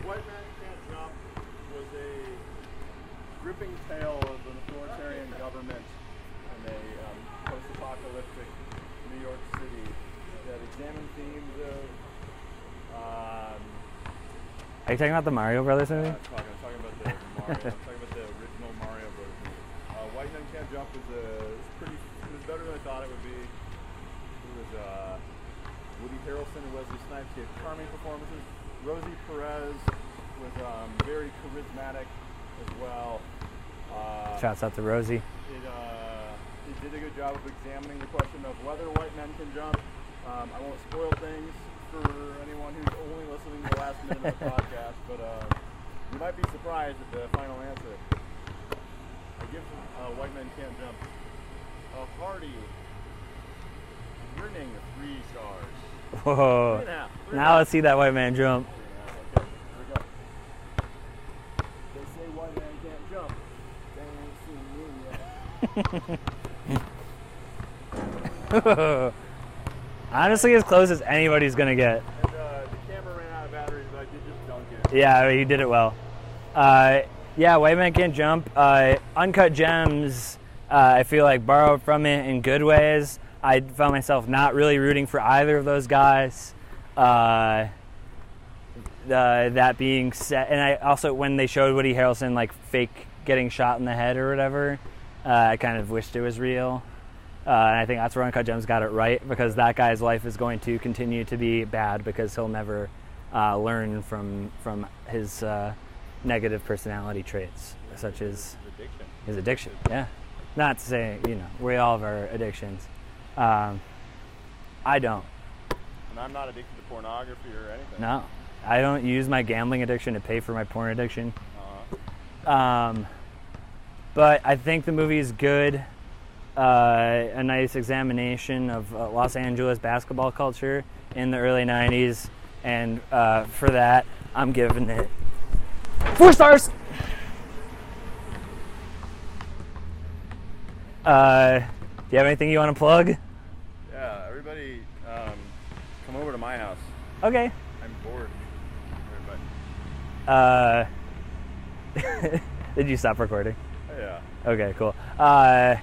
[SPEAKER 7] White Man Can't Jump was a gripping tale of an authoritarian government in a um, post-apocalyptic New York City that examined themes of. Um,
[SPEAKER 1] Are you talking about the Mario Brothers movie?
[SPEAKER 7] I'm talking, I'm talking about the Mario. I'm talking about the original Mario Brothers. movie. Uh, White Man Can't Jump was a was pretty. It was better than I thought it would be. It was uh, Woody Harrelson and Wesley Snipes gave charming performances. Rosie Perez was um, very charismatic as well. Uh,
[SPEAKER 1] Shouts out to Rosie.
[SPEAKER 7] it, uh, it did a good job of examining the question of whether white men can jump. Um, I won't spoil things for anyone who's only listening to the last minute of the podcast, but uh, you might be surprised at the final answer. I give uh, White Men Can't Jump Uh, a hearty, grinning three stars.
[SPEAKER 1] Whoa.
[SPEAKER 7] Three and a half. Three and a
[SPEAKER 1] Now let's see that white man jump.
[SPEAKER 7] Okay, here we go. They say white man can't jump. They ain't seen me yet.
[SPEAKER 1] Honestly, as close as anybody's gonna get.
[SPEAKER 7] And uh, the camera ran out of batteries, but I did just dunk it.
[SPEAKER 1] Yeah, he did it well. Uh, yeah, White Man Can't Jump. Uh, Uncut Gems, uh, I feel like borrowed from it in good ways. I found myself not really rooting for either of those guys. Uh, the, that being said, and I also, when they showed Woody Harrelson like fake getting shot in the head or whatever, uh, I kind of wished it was real. Uh, and I think that's where Uncut Gems got it right because that guy's life is going to continue to be bad because he'll never uh, learn from from his uh, negative personality traits, such as his addiction. Yeah, not to say you know we all have our addictions. Um, I don't.
[SPEAKER 2] And I'm not addicted to pornography or anything.
[SPEAKER 1] No, I don't use my gambling addiction to pay for my porn addiction. Um, but I think the movie is good. Uh, a nice examination of uh, Los Angeles basketball culture in the early '90s, and uh, for that, I'm giving it four stars. Uh, do you have anything you want to plug?
[SPEAKER 2] Yeah, everybody, um, come over to my house.
[SPEAKER 1] Okay.
[SPEAKER 2] I'm bored. Everybody.
[SPEAKER 1] Uh, did you stop recording?
[SPEAKER 2] Yeah.
[SPEAKER 1] Okay, cool. Uh,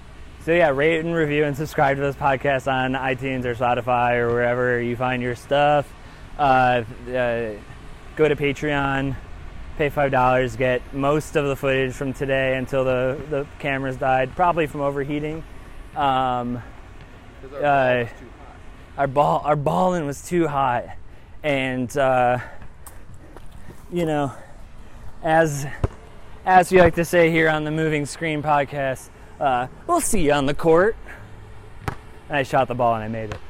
[SPEAKER 1] so yeah, rate and review and subscribe to this podcast on iTunes or Spotify or wherever you find your stuff. Uh, uh, go to Patreon, pay five dollars, get most of the footage from today until the the cameras died, probably from overheating. Um, uh, our ball our balling was too hot, and uh, you know, as as we like to say here on the Moving Screen podcast, uh, we'll see you on the court. And I shot the ball and I made it.